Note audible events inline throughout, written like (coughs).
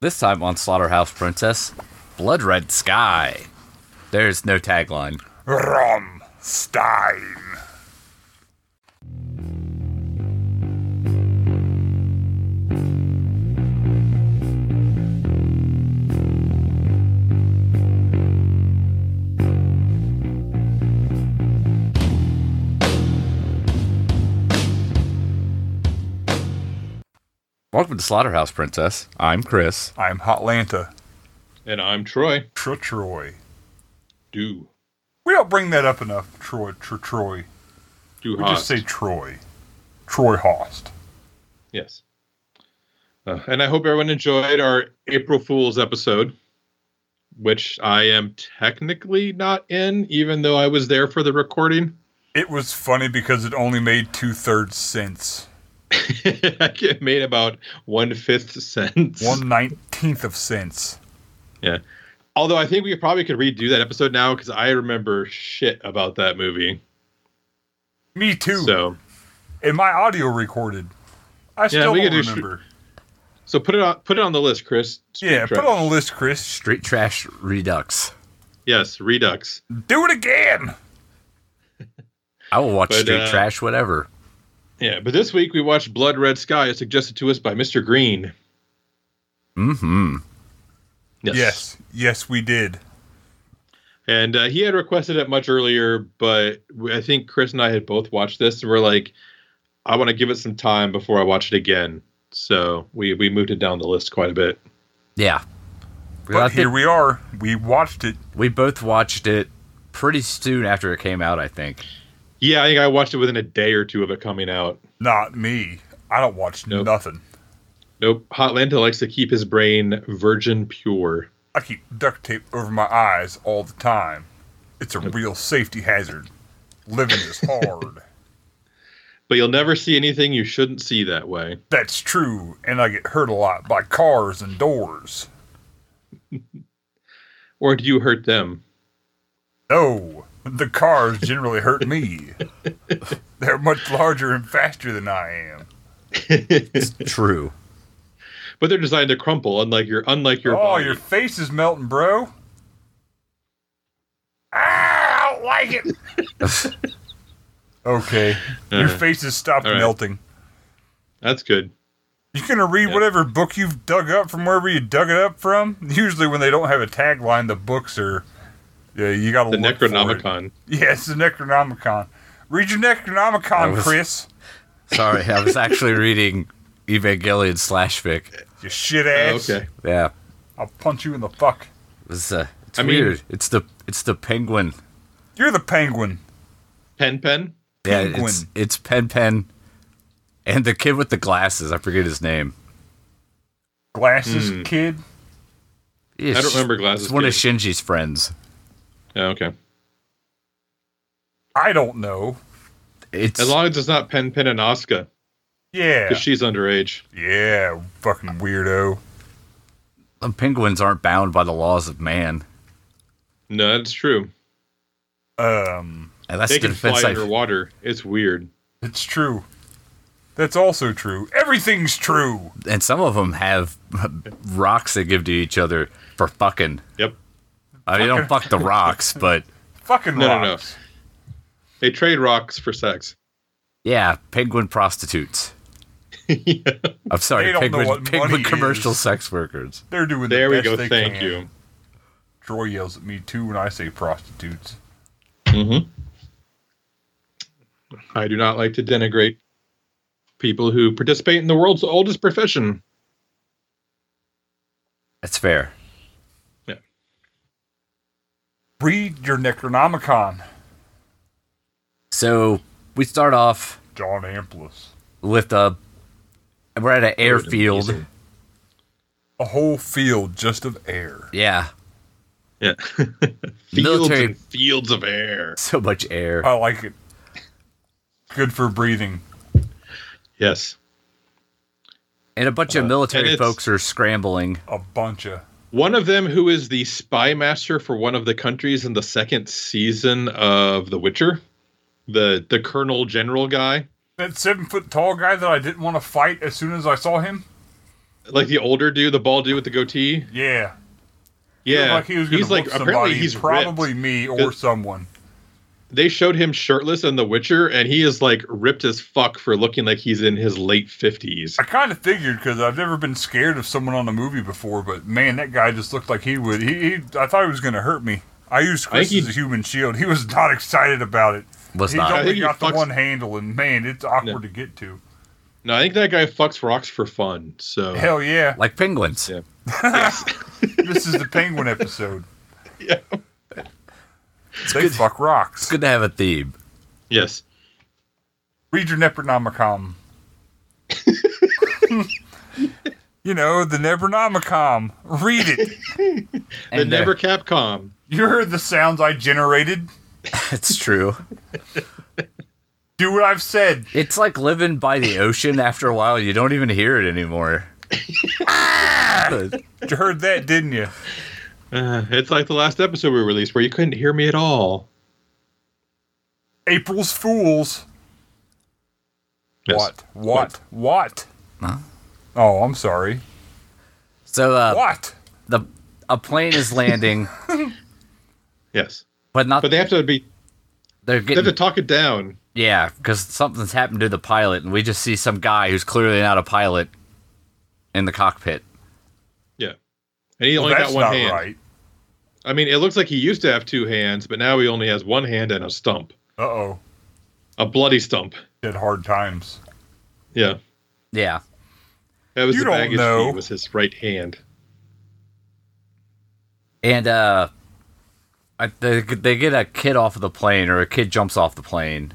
This time on Slaughterhouse Princess, Blood Red Sky. There's no tagline. Rammstein. Welcome to Slaughterhouse Princess. I'm Chris. I'm Hotlanta. And I'm Troy. Tro Troy. Do. We don't bring that up enough, Troy. Tro Troy. Do We hot. just say Troy. Troy Host. yes. Uh, and I hope everyone enjoyed our April Fool's episode, which I am technically not in, even though I was there for the recording. (laughs) It was funny because it only made two thirds sense. it made about one fifth sense. One nineteenth of sense. Although I think we probably could redo that episode now because I remember shit about that movie. Me too. So, And my audio recorded. I still we don't could do remember. so put it on put it on the list, Chris. yeah, Street put it Trash. on the list, Chris. Street Trash Redux. Yes, Redux. Do it again. I will watch But, Street uh, Trash, whatever. Yeah, but this week we watched Blood Red Sky, as suggested to us by Mr. Green. Mm hmm. Yes. yes. we did. And uh, he had requested it much earlier, but we- I think Chris and I had both watched this and we're like, I want to give it some time before I watch it again. So we, we moved it down the list quite a bit. Yeah. But I think here we are. We watched it. we both watched it pretty soon after it came out, I think. Yeah, I think I watched it within a day or two of it coming out. Not me. I don't watch Nope. nothing. Nope. Hotlanta likes to keep his brain virgin pure. I keep duct tape over my eyes all the time. It's a real safety hazard. Living is (laughs) hard. But you'll never see anything you shouldn't see that way. That's true, and I get hurt a lot by cars and doors. Or do you hurt them? No, the cars generally hurt (laughs) me. They're much larger and faster than I am. (laughs) It's true. (laughs) But they're designed to crumple, unlike your unlike your oh, body. your face is melting, bro. Ah, I don't like it. (laughs) Okay, your Uh, face has stopped all right. melting. That's good. You're gonna read Yeah. whatever book you've dug up from wherever you dug it up from. Usually, when they don't have a tagline, the books are. Yeah, you gotta The look for it. Necronomicon. Yeah, it's the Necronomicon. Read your That Necronomicon, was- Chris. Sorry, I was actually reading Evangelion slash fic. You shit Oh, ass. okay. Yeah. I'll punch you in the fuck. It was, uh, it's I mean- weird. it's the it's the penguin. You're the penguin. Pen pen. Yeah, Penguin. it's it's Pen Pen and the kid with the glasses. I forget his name. Glasses, Hmm. kid. I don't remember glasses. It's one of kid. Shinji's friends. Oh, okay. I don't know. It's As long as it's not Pen Pen and Asuka, Yeah. because she's underage. yeah, fucking weirdo. um, penguins aren't bound by the laws of man, No, that's true. Um, and that's they the can fly defense. I, underwater. It's weird. it's true. That's also true. Everything's true. and some of them have (laughs) rocks they give to each other for fucking. Yep. I mean, don't fuck the (laughs) rocks, but Fucking No, no, no. rocks. They trade rocks for sex. yeah, penguin prostitutes. Yeah. I'm sorry, They don't know penguin, what penguin money commercial is. sex workers. They're doing There the we best go. they Thank can. you. Troy yells at me too when I say prostitutes. Mm-hmm. I do not like to denigrate people who participate in the world's oldest profession. That's fair. Read your Necronomicon, So we start off John Amplis. with a. We're at an airfield. A whole field just of air. Yeah, Yeah. (laughs) fields Military- and fields of air. so much air. I like it. Good for breathing. Yes. And a bunch of military Uh, it's- folks are scrambling. A bunch of. One of them who is the spy master for one of the countries in the second season of The Witcher, the the colonel general guy. That seven foot tall guy that I didn't want to fight as soon as I saw him. like the older dude, the bald dude with the goatee. Yeah. He looked Yeah, Like he was gonna he's like whoop somebody. apparently he's probably ripped. me or Cause- someone. They showed him shirtless in The Witcher, and he is like ripped as fuck for looking like he's in his late fifties. I kind of figured because I've never been scared of someone on a movie before, but man, that guy just looked like he would. He, he I thought he was gonna hurt me. I used I Chris think he- as a human shield. He was not (laughs) excited about it. Was he not. I think only he got the fucks- one handle, and man, it's awkward No. to get to. No, I think that guy fucks rocks for fun. So Hell yeah! Like penguins. Yeah. this is the penguin episode. (laughs) Yeah. They good- fuck It's rocks. good to have a theme. (laughs) yes, Read your Necronomicon. (laughs) you know the Necronomicon. Read it. the And, uh, Never Capcom. You heard the sounds I generated. (laughs) it's true. Do what I've said. It's like living by the ocean after a while. You don't even hear it (laughs) anymore. You heard that, didn't you? Uh, it's like the last episode we released where you couldn't hear me at all. April's fools. Yes. What? What? What? Oh, I'm sorry. So uh, What? the a plane is landing, Yes, but not but they have to be. they're They have to getting talk it down. yeah because something's happened to the pilot, and we just see some guy who's clearly not a pilot in the cockpit. Yeah, and he Well, only that's got one not hand. right. I mean, it looks like he used to have two hands, but now he only has one hand and a stump, Uh oh. a bloody stump. Did hard times. Yeah, Yeah, that was You the don't baggage know. fee was his right hand. and uh, I, they they get a kid off of the plane, or a kid jumps off the plane.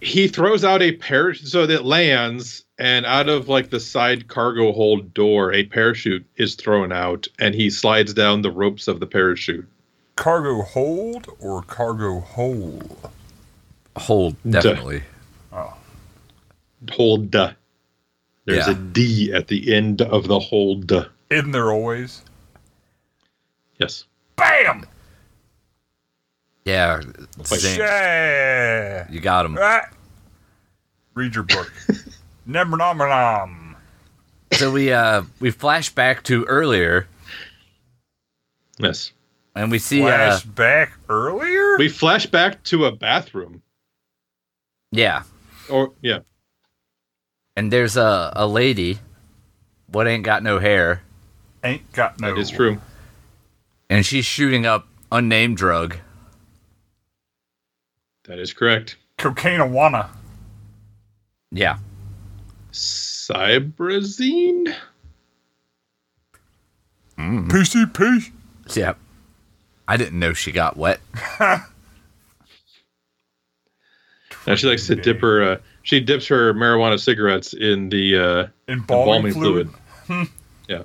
He throws out a parachute so that it lands, and out of like the side cargo hold door, a parachute is thrown out, and he slides down the ropes of the parachute. Cargo hold or cargo hole? Hold definitely. Hold. There's Yeah. a D at the end of the hold. In there always. Yes. Bam! Yeah, Like- zing. Yeah. you got him. Ah. Read your (laughs) book. Nemernomenom. So we uh we flash back to earlier, Yes. and we see uh, Flash back earlier? We flash back to a bathroom. yeah, Or yeah. and there's a a lady, what ain't got no hair, Ain't got no. That is true. and she's shooting up unnamed drug. That is correct. Cocaineawana. Yeah, Cybrazine? Mm-hmm. PCP. yeah. I didn't know she got wet. Now she likes to dip her. Uh, she dips her marijuana cigarettes in the uh, Embalming, embalming fluid. (laughs) yeah,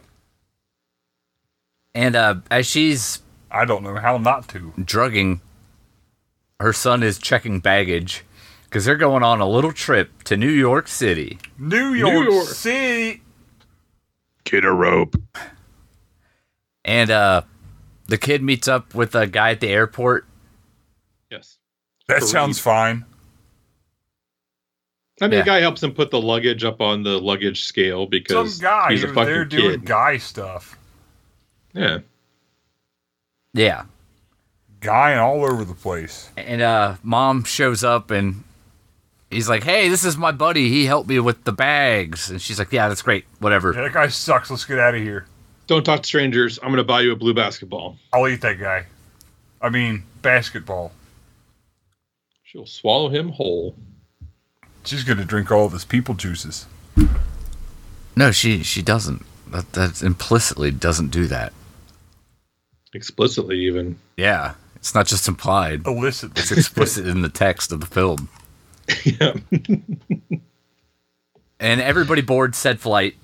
And uh, as she's I don't know how not to. drugging, her son is checking baggage because they're going on a little trip to New York City. New York, York. City. get a rope. And uh, the kid meets up with a guy at the airport. Yes, That Kareem. sounds fine. I mean Yeah. the guy helps him put the luggage up on the luggage scale Some because guy. he's a who- fucking they're kid. doing guy stuff. yeah, Yeah, Guying all over the place. and uh, mom shows up and he's like, "Hey, this is my buddy. He helped me with the bags." And she's like, "Yeah, that's great. Whatever." Yeah, that guy sucks. Let's get out of here. don't talk to strangers. I'm gonna buy you a blue basketball. I'll eat that guy. I mean, basketball. She'll swallow him whole. She's going to drink all of his people juices. No, she she doesn't. That that implicitly doesn't do that. Explicitly, even Yeah, it's not just implied. Illicitly. (laughs) It's explicit in the text of the film. yeah, And everybody boards said flight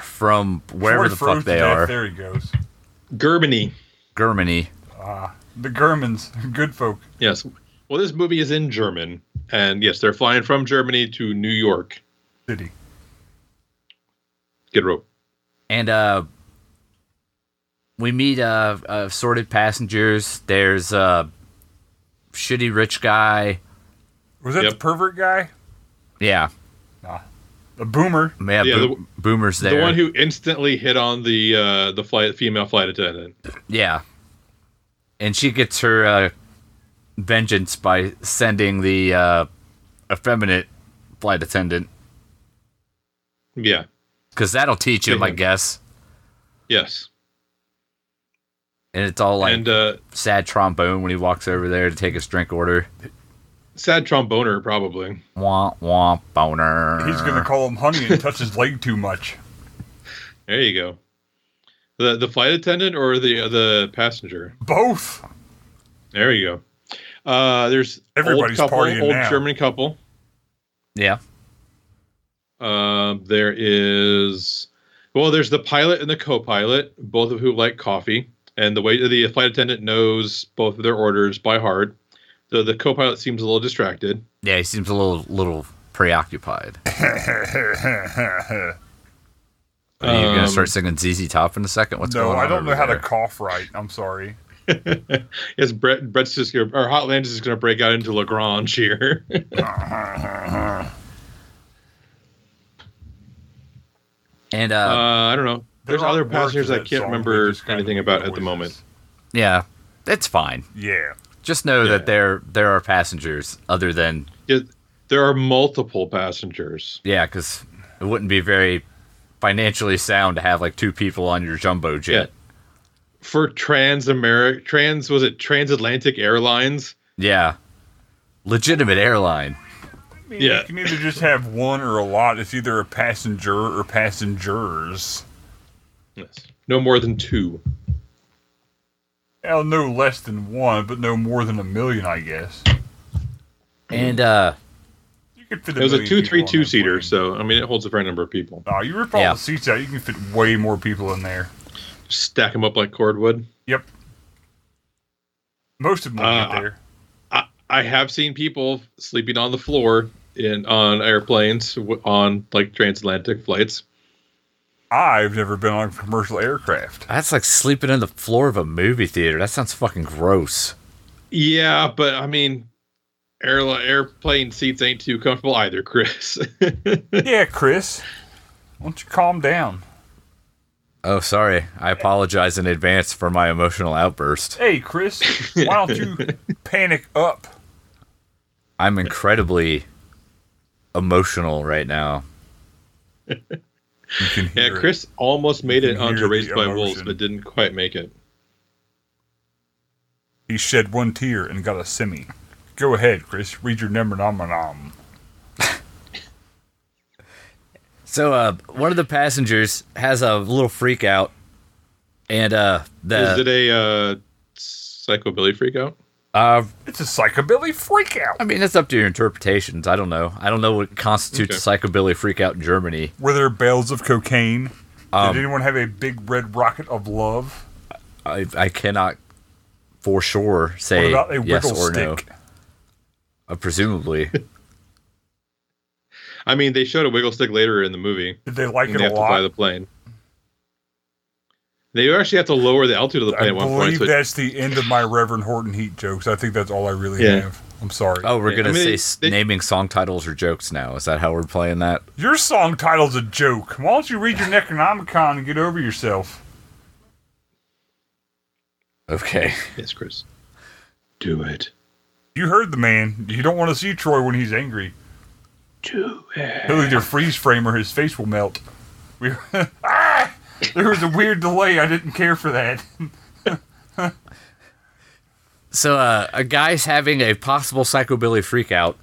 from wherever Before he the froze fuck to they death, are, There he goes. Ah, Germany. Germany. The Germans, good folk. Yes. Well, this movie is in German, and yes, they're flying from Germany to New York. City. Get a rope. and uh we meet uh, uh assorted passengers there's uh shitty rich guy Was that Yep. the pervert guy? yeah Nah. A boomer. Man, Yeah, Bo- Boomer's there. The one who instantly hit on the uh, the flight female flight attendant. yeah. And she gets her uh, vengeance by sending the uh, effeminate flight attendant, Yeah. because that'll teach him, I Yeah. guess. Yes. And it's all like and uh, sad trombone when he walks over there to take his drink order. sad tromboner probably. Womp womp boner. He's gonna call him honey and touch his leg too much. There you go. The the flight attendant or the uh, the passenger. Both. (laughs) There you go. Uh, there's Everybody's old couple, partying old now. German couple. Yeah. Um, there is, well, there's the pilot and the co-pilot, both of who like coffee, and the way the flight attendant knows both of their orders by heart. The the co-pilot seems a little distracted. Yeah, he seems a little little preoccupied. no, Are you gonna Um, start singing ZZ Top in a second? What's going on? I don't know over how there? to cough right. I'm sorry. Yes, Brett Brett's just gonna, or Hotland is going to break out into Lagrange here. And (laughs) uh, uh, I don't know. There's There other aren't words passengers to I that can't song, remember they're just kind anything of about at the noises. moment. yeah, it's fine. Yeah. Just know Yeah. that there there are passengers other than Yeah, there are multiple passengers. yeah, because it wouldn't be very financially sound to have like two people on your jumbo jet. For Trans America, Trans was it Transatlantic Airlines? Yeah, legitimate airline. I mean, Yeah. You can either just have one or a lot. It's either a passenger or passengers. Yes, no more than two. Well, no less than one, but no more than a million, I guess. And uh, You could fit It was a million two people three on two that seater, plane. so I mean it holds a fair number of people. Nah, you rip all Yeah. the seats out, you can fit way more people in there. Stack them up like cordwood. Yep. Most of them will Uh, get there. I, I have seen people sleeping on the floor in on airplanes w- on like transatlantic flights. I've never been on a commercial (laughs) aircraft. that's like sleeping on the floor of a movie theater. That sounds fucking gross. Yeah, but I mean, air, airplane seats ain't too comfortable either, Chris. (laughs) yeah, Chris. Why don't you calm down? Oh, sorry. I apologize in advance for my emotional outburst. Hey, Chris, why don't you (laughs) panic up? I'm incredibly emotional right now. You can yeah, hear it. Chris almost made You it can onto hear the Raised by Wolves, emotion. but didn't quite make it. He shed one tear and got a semi. Go ahead, Chris. Read your number nom nom. So uh, one of the passengers has a little freak out, and uh, Is it the a uh, psychobilly freakout? uh, It's a psychobilly freakout. I mean it's up to your interpretations. I don't know. I don't know what constitutes a psychobilly freak out in Germany. Were there bales of cocaine? Um, Did anyone have a big red rocket of love? I I cannot for sure What say about a yes wiggle or no. stick? Uh, presumably, I mean, they showed a wiggle stick later in the movie. Did they like when it they a have to fly lot? the plane. They actually have to lower the altitude of the I plane at one point. believe So it- that's the end of my Reverend Horton Heat jokes. I think that's all I really Yeah. have. I'm sorry. oh, we're Yeah, I gonna mean, say they- s they- naming song titles or jokes now. Is that how we're playing that? Your song title's a joke. Why don't you (laughs) read your Necronomicon and get over yourself? Okay. yes, Chris. Do it. You heard the man. You don't want to see Troy when he's angry. Do it. He'll either freeze frame or his face will melt. We (laughs) ah! There was a weird delay. I didn't care for that. (laughs) So uh, a guy's having a possible psychobilly freak out,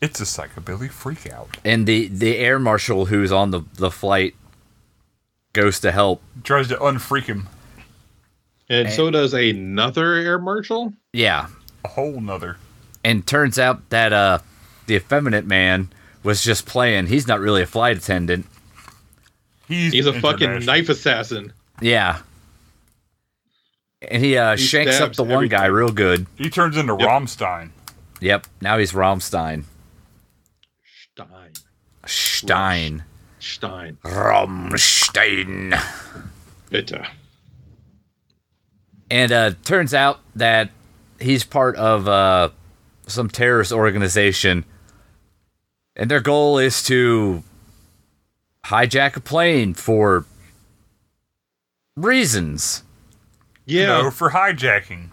It's a psychobilly freakout. and the the air marshal who's on the the flight goes to help. Tries to unfreak him. And so does another air marshal. Yeah, A whole nother. and turns out that uh the effeminate man was just playing. He's not really a flight attendant. He's, He's a fucking international. knife assassin. Yeah. And he uh He shanks up stabs the one guy everything. real good. He turns into Yep. Rammstein. Yep. Now he's Rammstein. Stein. Stein. Stein. Rammstein. Bitte. And uh turns out that he's part of uh some terrorist organization. And their goal is to hijack a plane for reasons. Yeah. No, for hijacking.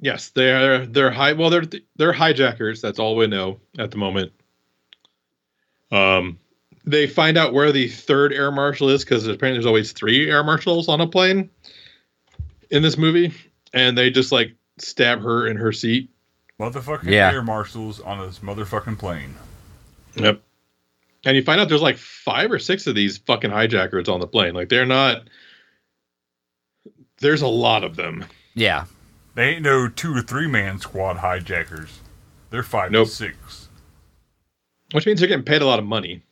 Yes, they're they're high. Well, they're they're hijackers. That's all we know at the moment. Um, they find out where the third air marshal is because apparently there's always three air marshals on a plane in this movie, and they just like stab her in her seat. Motherfucking Yeah. air marshals on this motherfucking plane. Yep. And you find out there's like five or six of these fucking hijackers on the plane. Like they're not. There's a lot of them. Yeah. They ain't no two or three man squad hijackers. They're five Nope. to six. which means they're getting paid a lot of money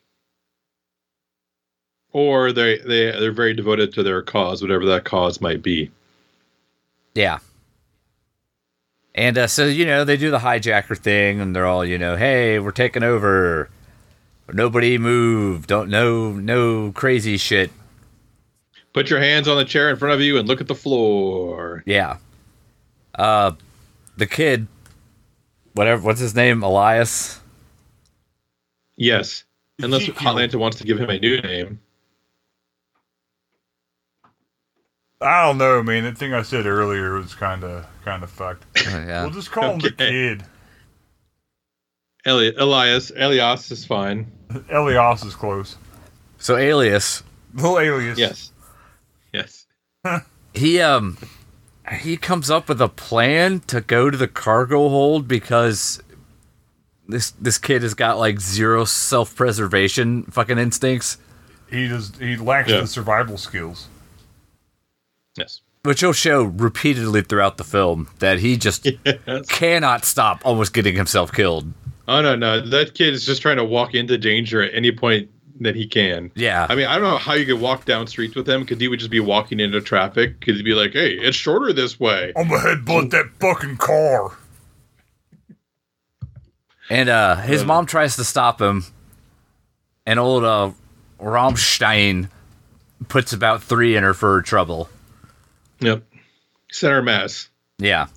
or they they they're very devoted to their cause whatever that cause might be Yeah. And uh, so, you know, they do the hijacker thing and they're all, you know, hey, we're taking over. Nobody move. Don't no no crazy shit. put your hands on the chair in front of you and look at the floor Yeah. Uh the kid whatever what's his name? Elias? yes unless Ezekiel. hotlanta wants to give him a new name I don't know, man. That thing I said earlier was kind of kind of fucked. yeah. We'll just call him the Okay. kid. Eli- elias elias is fine Elias is close. So Alias, Little alias. yes yes he um he comes up with a plan to go to the cargo hold because this this kid has got like zero self-preservation fucking instincts. He just he lacks Yeah. the survival skills. yes which he'll show repeatedly throughout the film that he just Yes. cannot stop almost getting himself killed. oh no no that kid is just trying to walk into danger at any point that he can Yeah. I mean, I don't know how you could walk down streets with him because he would just be walking into traffic because he'd be like, "Hey, it's shorter this way." I'm gonna headbutt that fucking car. and uh, his Uh. mom tries to stop him, and old uh, Rammstein puts about three in her for her trouble. Yep. Center mass. Yeah.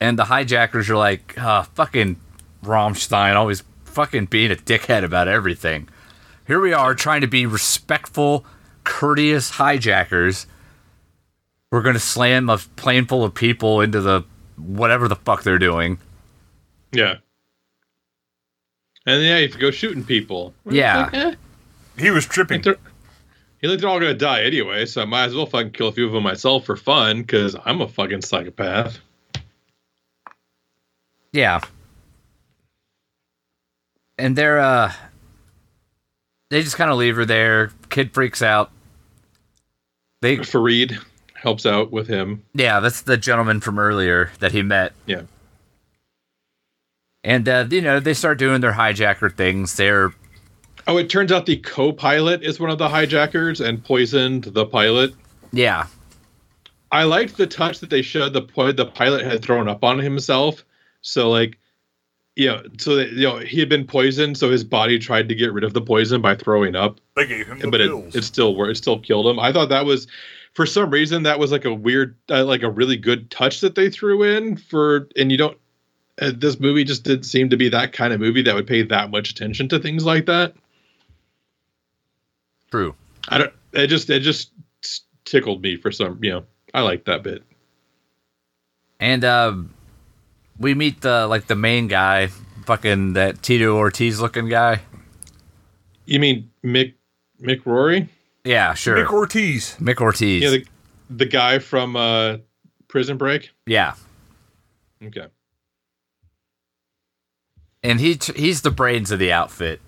And the hijackers are like, uh, fucking Rammstein always fucking being a dickhead about everything. Here we are trying to be respectful, courteous hijackers. We're going to slam a plane full of people into the whatever the fuck they're doing. Yeah. And yeah, you have to go shooting people. Well, Yeah. it's Like, eh, He was like tripping. they're, you think they're all gonna die anyway, so I might as well fucking kill a few of them myself for fun because I'm a fucking psychopath. Yeah. And they're uh they just kind of leave her there. Kid freaks out. They Farid helps out with him. Yeah, that's the gentleman from earlier that he met. Yeah. And, uh, you know, they start doing their hijacker things. They're, Oh, it turns out the co-pilot is one of the hijackers and poisoned the pilot. yeah, I liked the touch that they showed the po- the pilot had thrown up on himself. So like, you know, so that, you know he had been poisoned, so his body tried to get rid of the poison by throwing up, They gave him the but pills. it, it still wor- it still killed him. I thought that was, for some reason, that was like a weird, uh, like a really good touch that they threw in for, and you don't. Uh, this movie just didn't seem to be that kind of movie that would pay that much attention to things like that. true. I don't. It just it just tickled me for some. You know, I like that bit. And, uh, we meet the, like, the main guy, fucking that Tito Ortiz looking guy. You mean Mick Mick Rory? Yeah, sure. Nick Mick, Ortiz. Ortiz. Yeah, Yeah, the, the guy from uh, Prison Break. Okay. And he, t- he's the brains of the outfit.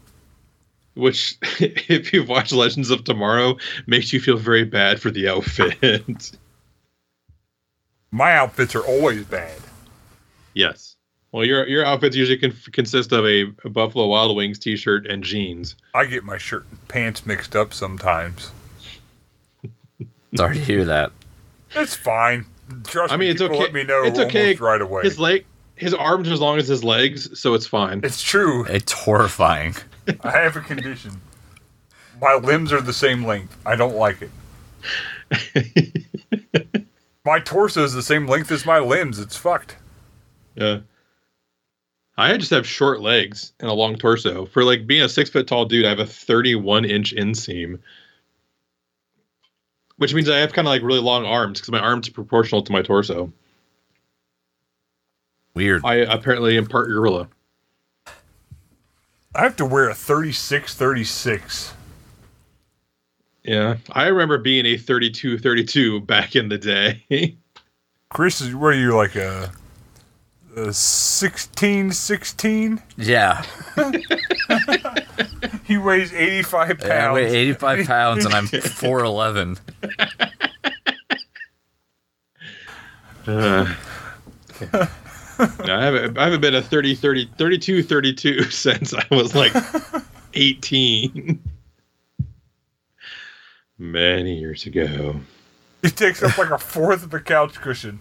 Which, (laughs) if you've watched Legends of Tomorrow, makes you feel very bad for the outfit. (laughs) My outfits are always bad. yes. Well, your your outfits usually can consist of a, a Buffalo Wild Wings T-shirt and jeans. I get my shirt and pants mixed up sometimes. Sorry to hear that. It's fine. Trust I mean, me, it's people okay- let me know it's okay. almost right away. His leg, his arms as long as his legs, so it's fine. It's true. It's horrifying. I have a condition. My limbs are the same length. I don't like it. (laughs) my torso is the same length as my limbs. It's fucked. Yeah. I just have short legs and a long torso. For like being a six foot tall dude, I have a 31 inch inseam, which means I have kind of like really long arms because my arms are proportional to my torso. Weird. I apparently am part gorilla. I have to wear a 36 36. Yeah, I remember being a 32 32 back in the day. (laughs) Chris, is what are you like a, a 16 16? Yeah. He weighs 85 pounds. I weigh 85 pounds and I'm 4'11. Uh, I, haven't, I haven't been a 30, 30, 32, 32 (laughs) since I (laughs) was like 18. Many years ago. He takes up like a fourth of a couch cushion.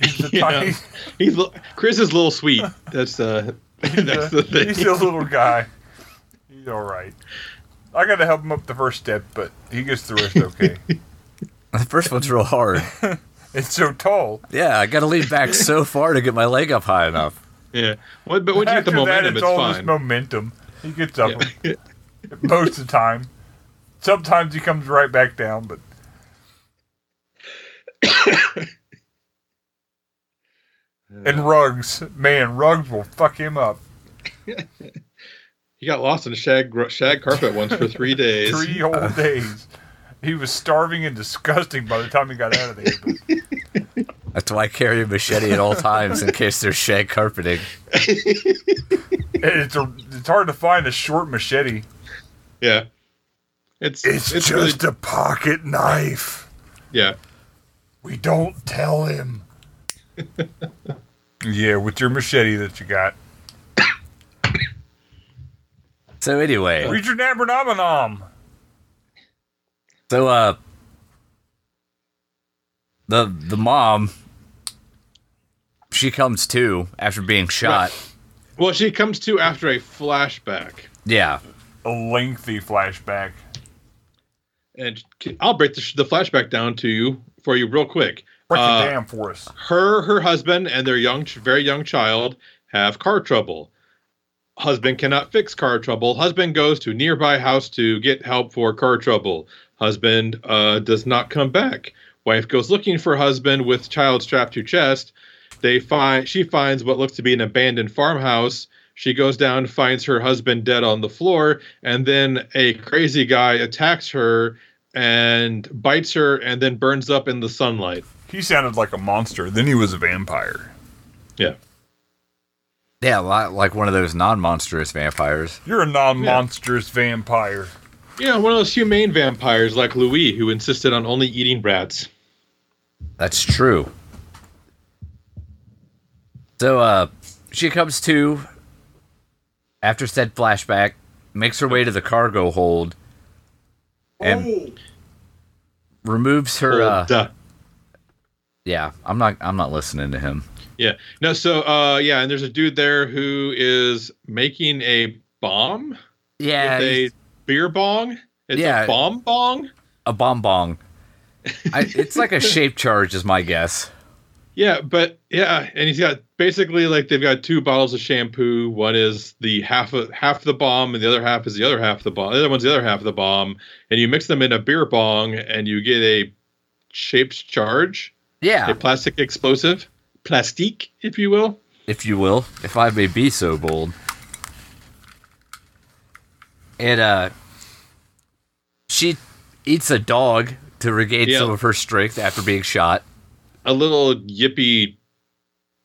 He's the (laughs) Yeah. tiny, He's li- Chris is a little sweet. That's uh, (laughs) that's the He's thing. a little guy. He's all right. I got to help him up the first step, but he gets the rest (laughs) okay. The first one's real hard. it's so tall. Yeah, I got to lean back so far to get my leg up high enough. Yeah. What, but once you get After the that, momentum, it's it's all this fine. momentum. He gets up Yeah. (laughs) most of the time. Sometimes he comes right back down, (coughs) but and rugs, man, rugs will fuck him up. He got lost in shag gr- shag carpet once (laughs) for three days. Three whole days. He was starving and disgusting by the time he got out of there. but- That's why I carry a machete at all times in case there's shag carpeting. And it's a, it's hard to find a short machete. Yeah. It's It's, it's, really, just a pocket knife. yeah. We don't tell him. yeah, with your machete that you got. So anyway, Read your Nabernomenom. so uh the the mom she comes to after being shot. Well, she comes to after a flashback, Yeah. A lengthy flashback. and I'll break the, sh- the flashback down to you for you real quick. Break Uh, it down for us. her her husband and their young ch- very young child have car trouble husband cannot fix car trouble husband goes to nearby house to get help for car trouble husband uh, does not come back wife goes looking for husband with child strapped to chest they find she finds what looks to be an abandoned farmhouse she goes down finds her husband dead on the floor and then a crazy guy attacks her and bites her and then burns up in the sunlight He sounded like a monster. Then he was a vampire. yeah Yeah, li- like one of those non-monstrous vampires. You're a non-monstrous vampire. Yeah, one of those humane vampires like Louis, who insisted on only eating rats. That's true. So uh she comes to after said flashback, makes her way to the cargo hold and Oh. removes her uh, Duh. yeah, I'm not I'm not listening to him. Yeah. No, so uh yeah, and there's a dude there who is making a bomb Yeah, with a he's- beer bong. It's Yeah. a bomb bong. a bomb bong. I, it's like a shape charge is my guess. Yeah, but yeah, and he's got basically like they've got two bottles of shampoo. One is the half of half the bomb, and the other half is the other half of the bomb. The other one's the other half of the bomb, and you mix them in a beer bong, and you get a shaped charge. a Ah. Yeah, plastic explosive, plastique, if you will. if you will, if I may be so bold. And uh she eats a dog to regain Yeah. some of her strength after being shot. A little yippy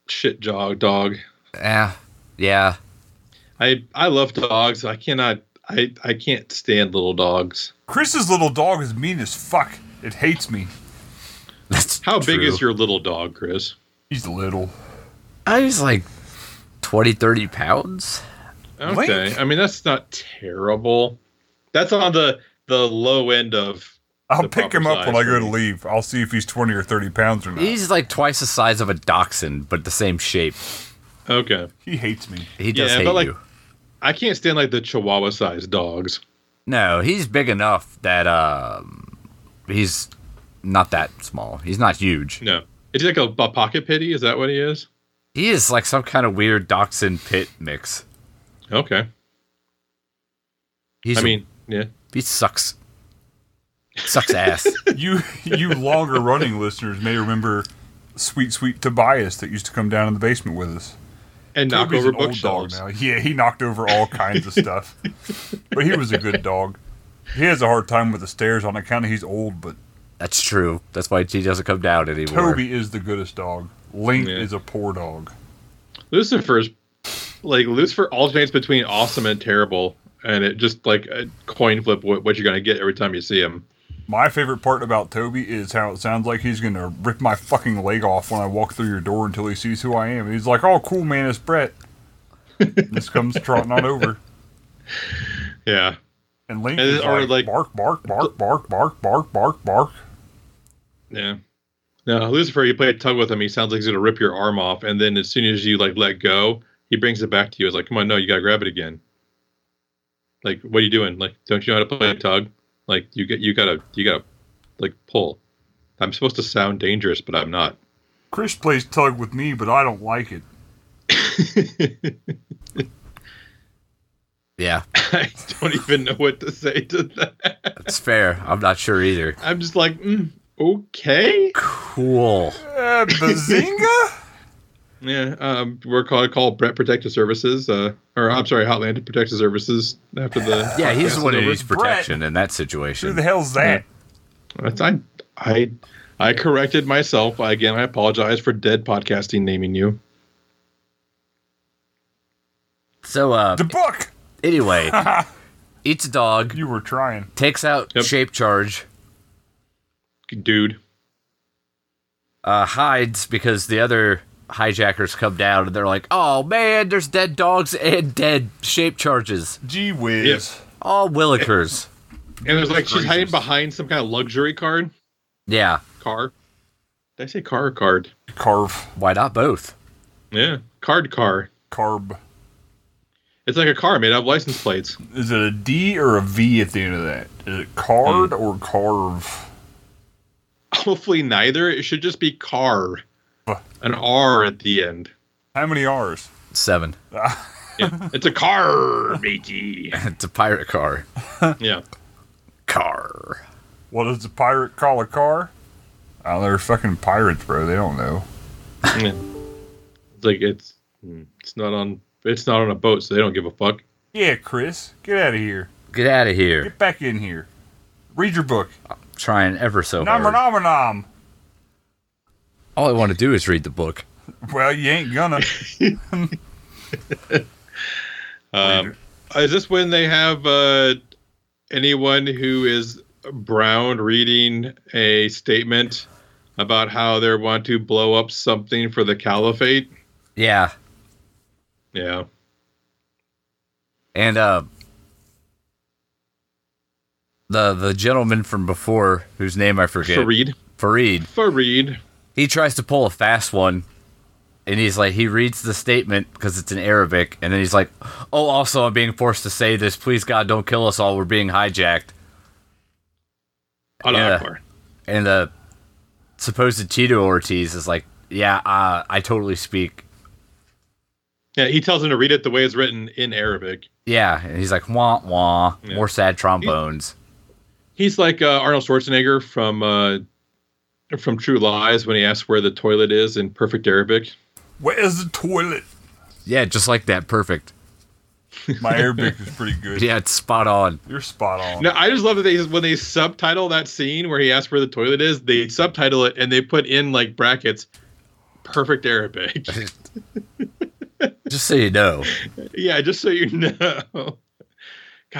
shit jog dog. Eh, yeah. (laughs) I I love dogs. I cannot. I I can't stand little dogs. Chris's little dog is mean as fuck. It hates me. That's How big true. is your little dog, Chris? He's little. I was like 20, 30 pounds. Okay, Link. I mean that's not terrible. That's on the the low end of. I'll The pick him proper up when size I go for to me. leave. I'll see if he's 20 or 30 pounds or not. He's like twice the size of a dachshund, but the same shape. Okay, he hates me. He does Yeah, hate but, like- you. I can't stand like the Chihuahua sized dogs. No, he's big enough that um, he's not that small. He's not huge. No, it's like a, a pocket pity. Is that what he is? He is like some kind of weird dachshund pit mix. Okay. He's I mean, yeah. he sucks. Sucks (laughs) ass. You you longer running listeners may remember sweet sweet Tobias that used to come down in the basement with us. And knock Toby's over an old dog bookshelves. now. Yeah, he knocked over all kinds of stuff, but he was a good dog. He has a hard time with the stairs on account of he's old, but That's true. That's why he doesn't come down anymore. Toby is the goodest dog. Link Yeah. is a poor dog. Lucifer's like Lucifer alternates between awesome and terrible, and it just like a coin flip what, what you're gonna get every time you see him. My favorite part about Toby is how it sounds like he's gonna rip my fucking leg off when I walk through your door until he sees who I am. And he's like, "Oh, cool, man, it's (laughs) Brett." this comes trotting on over, Yeah. and Link And- is or, like, like- bark, bark, bark, bark, bark, bark, bark, bark. Yeah. No, Lucifer, you play a tug with him, he sounds like he's gonna rip your arm off, and then as soon as you like let go, he brings it back to you. It's like, come on, no, you gotta grab it again. Like, what are you doing? Like, don't you know how to play tug? Like, you get, you gotta, you gotta, like, pull. I'm supposed to sound dangerous, but I'm not. (laughs) Chris plays tug with me, but I don't like it. yeah, I don't even know what to say to that. that's fair. I'm not sure either. I'm just like, mm, okay. Cool. (laughs) Uh, bazinga! Yeah, um, we're called call Brett Protective Services, uh, or I'm sorry, Hotland Protective Services. After the (laughs) Yeah, he's the one who Over. needs protection in that Who situation. the hell's that? That's- I, I, I corrected myself again. I apologize for dead podcasting naming you. So uh (laughs) The book. anyway, eats a dog, You were trying. takes out Yep. shape charge, Dude, uh hides because the other hijackers come down and they're like, "Oh man, there's dead dogs and dead shape charges. Gee whiz. Yes. All (laughs) willikers." and it was like she's Gracious. hiding behind some kind of luxury card, yeah, car. Did I say car or card? Carve. why not both? Yeah, card car. Carb. It's like a car made out of license plates. (laughs) Is it a D or a V at the end of that? Is it card Mm. or carve? Hopefully neither. It should just be car. Huh. An R at the end. How many R's? 7. Yeah, it's a car, matey. (laughs) it's a pirate car. Yeah. Car. What does a pirate call a car? Oh, they're fucking pirates, bro. They don't know. Yeah. It's like it's hmm, it's not on it's not on a boat, so they don't give a fuck. Yeah, Chris, get out of here. Get out of here. Get back in here. Read your book. Trying ever so Nom hard. nom nom. All I want to do is read the book. Well, you ain't gonna. Um, is this when they have uh, anyone who is brown reading a statement about how they want to blow up something for the caliphate? Yeah. Yeah. And uh, the the gentleman from before, whose name I forget, Farid. Fareed, Farid. he tries to pull a fast one, and he's like, he reads the statement because it's in Arabic, and then he's like, "Oh, also, I'm being forced to say this. Please, God, don't kill us all. We're being hijacked." Allah Yeah. Akbar. And the supposed Tito Ortiz is like, "Yeah, uh, I totally speak." Yeah, he tells him to read it the way it's written in Arabic. Yeah, and he's like, "Wah wah." Yeah. More sad trombones. He's like uh, Arnold Schwarzenegger from uh, from True Lies when he asks where the toilet is in perfect Arabic. Where's the toilet? yeah, just like that. Perfect. My (laughs) Arabic is pretty good. Yeah, it's spot on. You're spot on. No, I just love that they when they subtitle that scene where he asks where the toilet is, they subtitle it and they put in like brackets perfect Arabic. Just so you know. yeah, just so you know. God,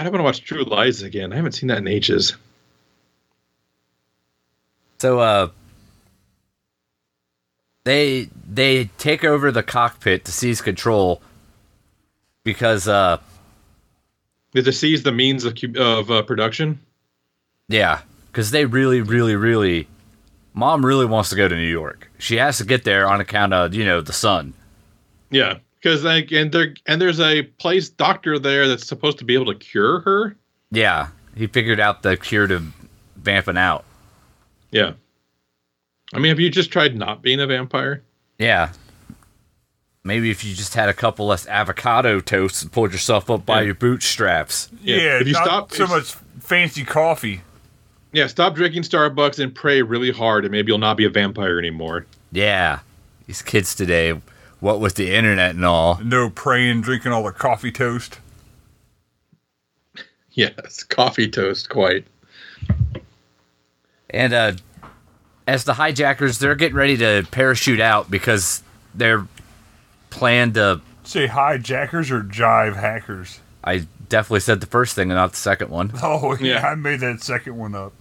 I want to watch True Lies again. I haven't seen that in ages. So uh they they take over the cockpit to seize control because uh Did they seize the means of cu- of uh, production? yeah, cuz they really really really mom really wants to go to New York. She has to get there on account of, you know, the sun. Yeah, because like and there and there's a place doctor there that's supposed to be able to cure her. Yeah, he figured out the cure to vamping out. Yeah. I mean, have you just tried not being a vampire? Yeah. Maybe if you just had a couple less avocado toasts and pulled yourself up by Yeah. your bootstraps. Yeah, if you not stop so if- much fancy coffee. Yeah, stop drinking Starbucks and pray really hard, and maybe you'll not be a vampire anymore. Yeah. These kids today, what with the internet and all. No praying, drinking all the coffee toast. (laughs) Yes, coffee toast, quite. And uh, as the hijackers, they're getting ready to parachute out because they're planned to. Say hijackers or jive hackers. (laughs) I definitely said the first thing and not the second one. Oh yeah, Yeah. I made that second one up.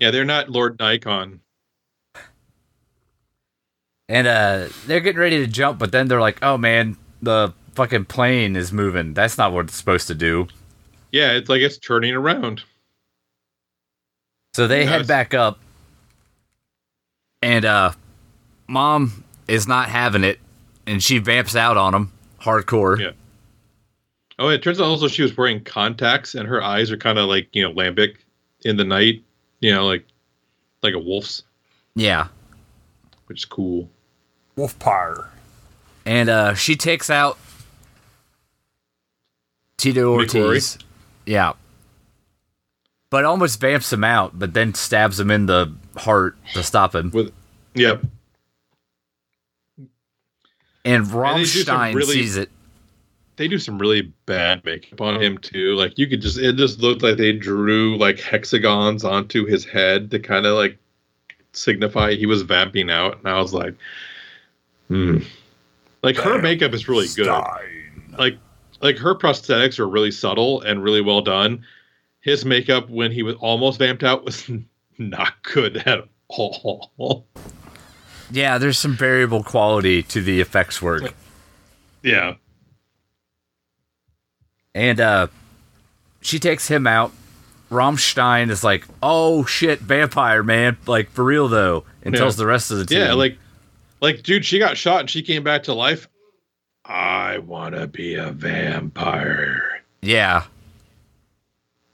Yeah, they're not Lord Nikon. And uh, they're getting ready to jump, but then they're like, oh man, the fucking plane is moving. That's not what it's supposed to do. Yeah, it's like it's turning around. So they Yes. head back up, and uh, mom is not having it, and she vamps out on him hardcore. Yeah. Oh, it turns out also she was wearing contacts, and her eyes are kind of like you know lambic in the night. You know, like like a wolf's, Yeah. which is cool. Wolfpire. and uh, she takes out Tito Mick Rory? Ortiz. Yeah, but almost vamps him out, but then stabs him in the heart to stop him. With yep, And they do some Rammstein really- sees it. they do some really bad makeup on him too. Like you could just it just looked like they drew like hexagons onto his head to kind of like signify he was vamping out. And I was like, hmm. Like her Damn. makeup is really good. Stein. Like like her prosthetics are really subtle and really well done. His makeup when he was almost vamped out was (laughs) not good at all. (laughs) Yeah, there's some variable quality to the effects work, Yeah. and uh, she takes him out. Rammstein is like, "Oh shit, vampire man!" Like for real though, and Yeah. tells the rest of the team. Yeah, like, like, dude, she got shot and she came back to life. I want to be a vampire. yeah.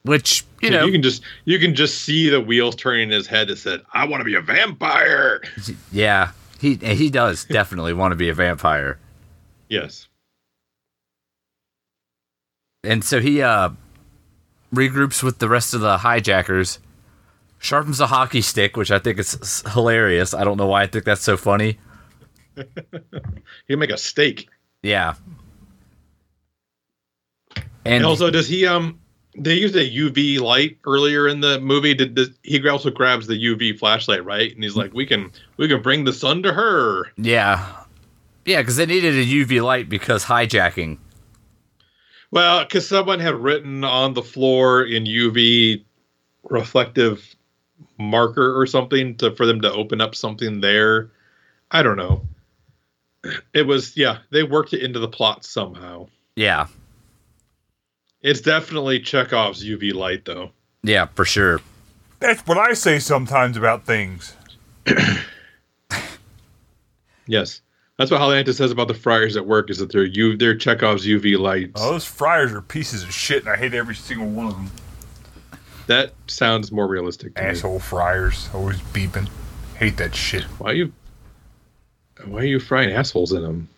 Which you Dude, know, you can just you can just see the wheels turning in his head that said, "I want to be a vampire." Yeah, he he does (laughs) definitely want to be a vampire, Yes. and so he uh regroups with the rest of the hijackers, sharpens a hockey stick, which I think is s- hilarious. I don't know why I think that's so funny. He can make a steak. Yeah, And and also, does he um? They used a UV light earlier in the movie. Did this, he also grabs the UV flashlight, right? And he's like, "We can we can bring the sun to her." yeah, yeah, because they needed a UV light because hijacking. Well, because someone had written on the floor in UV reflective marker or something to for them to open up something there. I don't know. It was yeah, they worked it into the plot somehow. Yeah, It's definitely Chekhov's UV light though. yeah, for sure. That's what I say sometimes about things. Yes. That's what Hollanta says about the friars at work is that they're U they're Chekhov's UV lights. Oh, those friars are pieces of shit, and I hate every single one of them. That sounds more realistic to me. Asshole friars, always beeping. Hate that shit. Why you why are you frying assholes in them?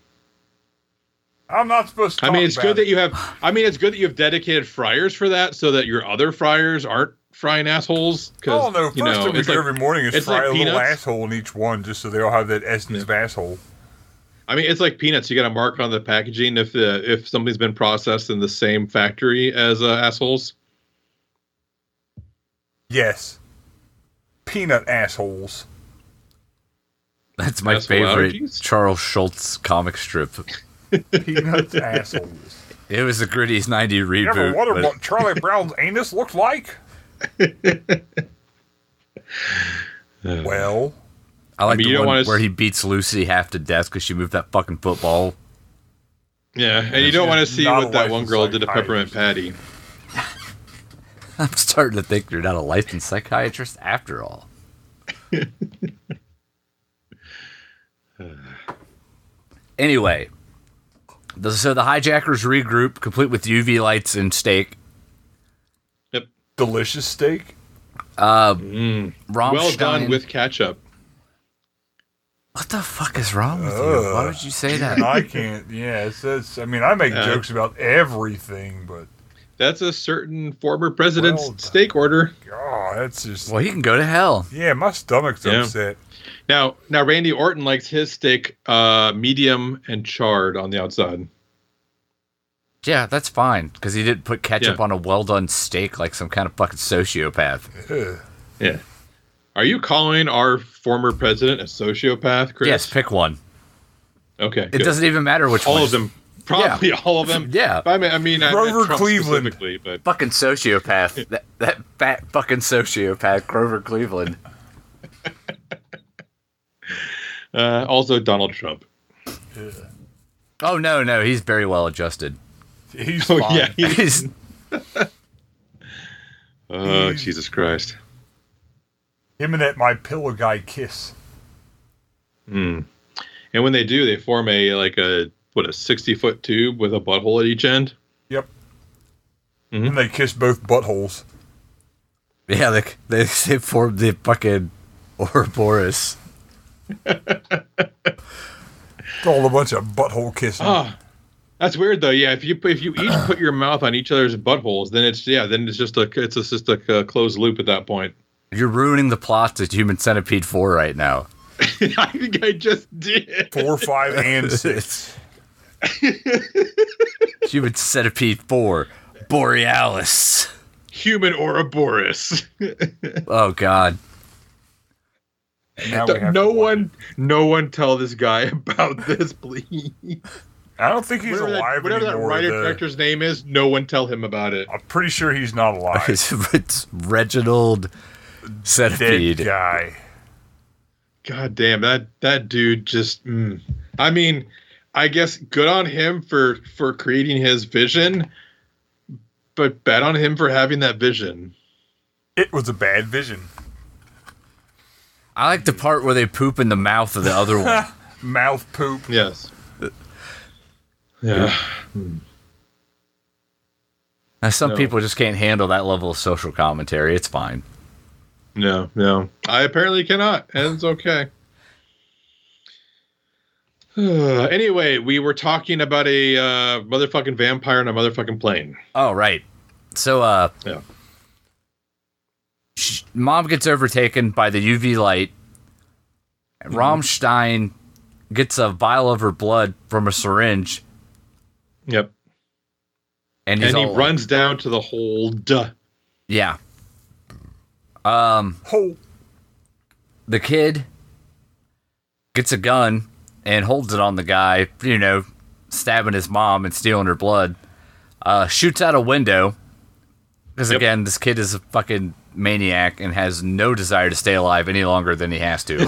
I'm not supposed to. I Talk mean, it's about good it. that you have. I mean, it's good that you have dedicated friars for that, so that your other friars aren't frying assholes. Oh Because no! First you know, thing we it's do every like, morning is it's fry like a little peanuts. asshole in each one, just so they all have that essence Yeah. of asshole. I mean, it's like peanuts. You got to mark on the packaging if uh, if something's been processed in the same factory as uh, assholes. Yes, peanut assholes. That's my Asshole favorite allergies? Charles Schultz comic strip. (laughs) Peanut assholes. It was the (laughs) Gritty's 90 reboot. You ever wonder but- what Charlie Brown's (laughs) anus looked (laughs) like? well, I like mean, the you don't one wanna s- where he beats Lucy half to death because she moved that fucking football. (laughs) Yeah, and you don't want to see not what a that one licensed girl did to psychiatrist. peppermint patty. I'm starting to think you're not a licensed psychiatrist after all. (laughs) anyway, the, so the hijackers regroup, complete with UV lights and steak. Yep. delicious steak. Mm. Rammstein, Well done with ketchup. What the fuck is wrong with you? Why would you say that? And I can't. Yeah, it's, it's, I mean, I make Yeah. jokes about everything, but That's a certain former president's Well done. stake order. God, that's just. Well, he can go to hell. Yeah, my stomach's Yeah. upset. Now, now Randy Orton likes his steak uh, medium and charred on the outside. Yeah, that's fine because he didn't put ketchup Yeah. on a well done steak like some kind of fucking sociopath. Ugh. Yeah. Are you calling our former president a sociopath, Chris? Yes, pick one. Okay. It doesn't even matter which All one. of them. Probably all of them. Yeah. I mean, I mean, I meant Grover Trump Cleveland. specifically, but Fucking sociopath. that, that fat fucking sociopath, Grover Cleveland. uh, also Donald Trump. Oh, no, no. He's very well adjusted. He's Oh fine. yeah. (laughs) he- He's, oh Jesus Christ. Him and that my pillow guy kiss. Mm. And when they do, they form a like a what a sixty foot tube with a butthole at each end. Yep. Mhm. And they kiss both buttholes. yeah, they, they, they formed the fucking Ouroboros. It's all a bunch of butthole kissing. Ah, that's weird though. Yeah, if you if you each put your mouth on each other's buttholes, then it's yeah, then it's just a it's just, just a, uh, closed loop at that point. (laughs) You're ruining the plot to Human Centipede 4 right now. I think I just did. Four, five, (laughs) and six. Human Centipede 4, Borealis. Human Ouroboros. Oh, (laughs) God. And now we have no to watch- one, no one, tell this guy (laughs) about this, please. I don't think he's whatever alive that, whatever that anymore. writer though. director's name is, no one tell him about it. I'm pretty sure he's not (laughs) alive. It's, (laughs) it's Reginald Dead Centipede. guy. God damn that that dude just. Mm. I mean, I guess good on him for for creating his vision, but bad on him for having that vision. It was a bad vision. I like the part where they poop in the mouth of the other one. (laughs) Mouth poop. Yes. Yeah. Now, some No. people just can't handle that level of social commentary. It's fine. No. No. I apparently cannot, and it's okay. (sighs) anyway, we were talking about a uh, motherfucking vampire and a motherfucking plane. Oh, right. So, uh, Yeah. sh- mom gets overtaken by the UV light. Mm-hmm. and Rammstein gets a vial of her blood from a syringe, Yep. and, he's And he all- runs down to the hold. Yeah. Um, Oh, the kid gets a gun and holds it on the guy, you know, stabbing his mom and stealing her blood. Uh, shoots out a window. Because Yep. again, this kid is a fucking maniac and has no desire to stay alive any longer than he has (laughs) to.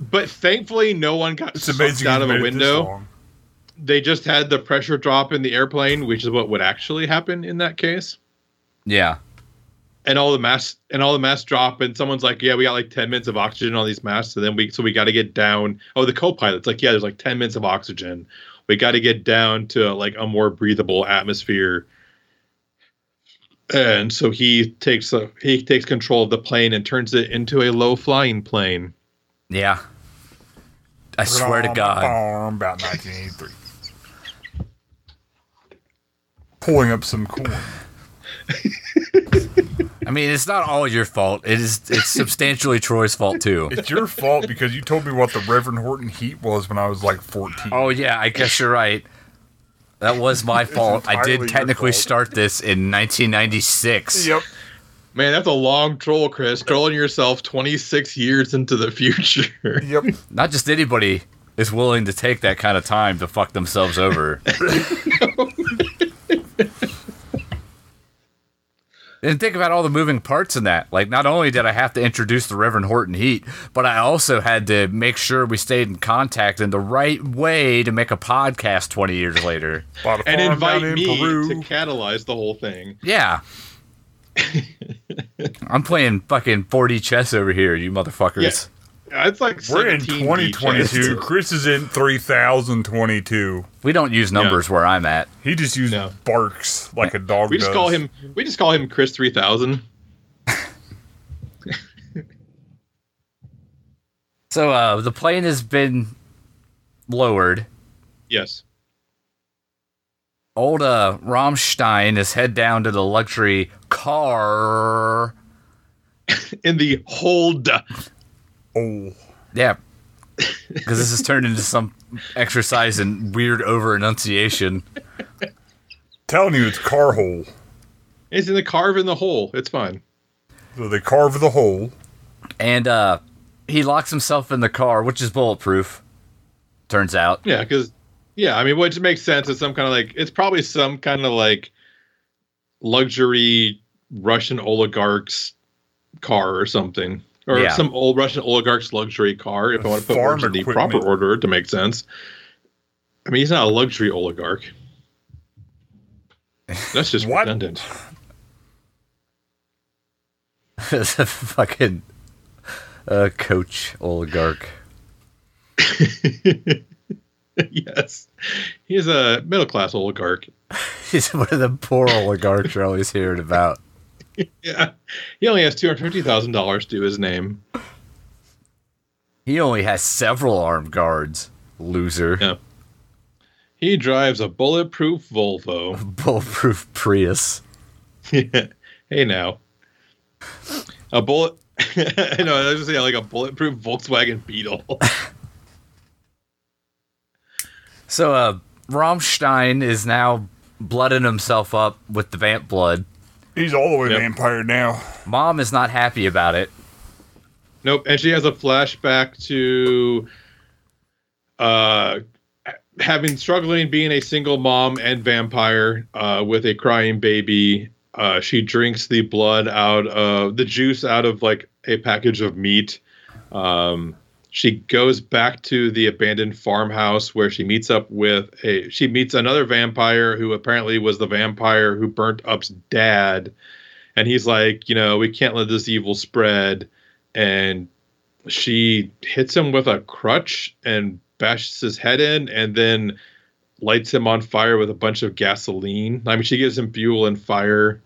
But thankfully, no one got it's sucked amazing. out of he's a made it this window. long. They just had the pressure drop in the airplane, which is what would actually happen in that case. yeah. And all the masks and all the masks drop, and someone's like, "Yeah, we got like ten minutes of oxygen on these masks, so then we so we got to get down." Oh, the co-pilot's like, "Yeah, there's like ten minutes of oxygen. We got to get down to like a more breathable atmosphere." And so he takes a, he takes control of the plane and turns it into a low flying plane. Yeah. I swear to God. About 1983. Pulling up some corn. I mean, it's not all your fault. It is. It's substantially Troy's fault too. It's your fault because you told me what the Reverend Horton Heat was when I was like 14. Oh yeah, I guess you're right. That was my fault. I entirely did your technically fault. start this in 1996. Yep. Man, that's a long troll, Chris. Trolling yourself 26 years into (laughs) the future. Yep. not just anybody is willing to take that kind of time to fuck themselves over. and think about all the moving parts in that. Like, not only did I have to introduce the Reverend Horton Heat, but I also had to make sure we stayed in contact in the right way to make a podcast 20 years later. Bought a And farm invite down in me Peru. to catalyze the whole thing. Yeah. I'm playing fucking 4D chess over here, you motherfuckers. It's like We're in 17 2022. DJs. Chris is in 3022. We don't use numbers where I'm at. He just uses No. barks like a dog. We just does. call him. We just call him Chris 3000. So uh, the plane has been lowered. Yes. Old uh, Rammstein is head down to the luxury car. In the hold. Oh, Yeah. Because this has turned into some exercise in weird over enunciation. telling you, it's car hole. It's in the carve in the hole. It's fine. So they carve the hole. And uh, he locks himself in the car, which is bulletproof, turns out. (laughs) Yeah, because yeah, I mean, which makes sense. It's some kind of like it's probably some kind of like luxury Russian oligarchs car or something, or Yeah. some old Russian oligarchs luxury car. If I want to put Farm words in the equipment. proper order to make sense. I mean, he's not a luxury oligarch. That's just What? redundant. It's a fucking uh, coach oligarch. (laughs) (laughs) yes, he's a middle class oligarch. He's one of the poor oligarchs you're always hearing about. Yeah, he only has two hundred fifty thousand dollars to his name. He only has several armed guards. Loser. Yeah. He drives a bulletproof Volvo. (laughs) Bulletproof (laughs) Prius. hey now, a bullet. (laughs) no, I was just saying like a bulletproof Volkswagen Beetle. (laughs) So, uh, Rammstein is now blooding himself up with the vamp blood. He's all the way Yep. vampire now. Mom is not happy about it. nope, and she has a flashback to uh, having struggling being a single mom and vampire uh, with a crying baby. Uh, she drinks the blood out of the juice out of like a package of meat. Um, she goes back to the abandoned farmhouse where she meets up with a she meets another vampire who apparently was the vampire who burnt up's dad and he's like you know we can't let this evil spread and she hits him with a crutch and bashes his head in and then lights him on fire with a bunch of gasoline i mean she gives him fuel and fire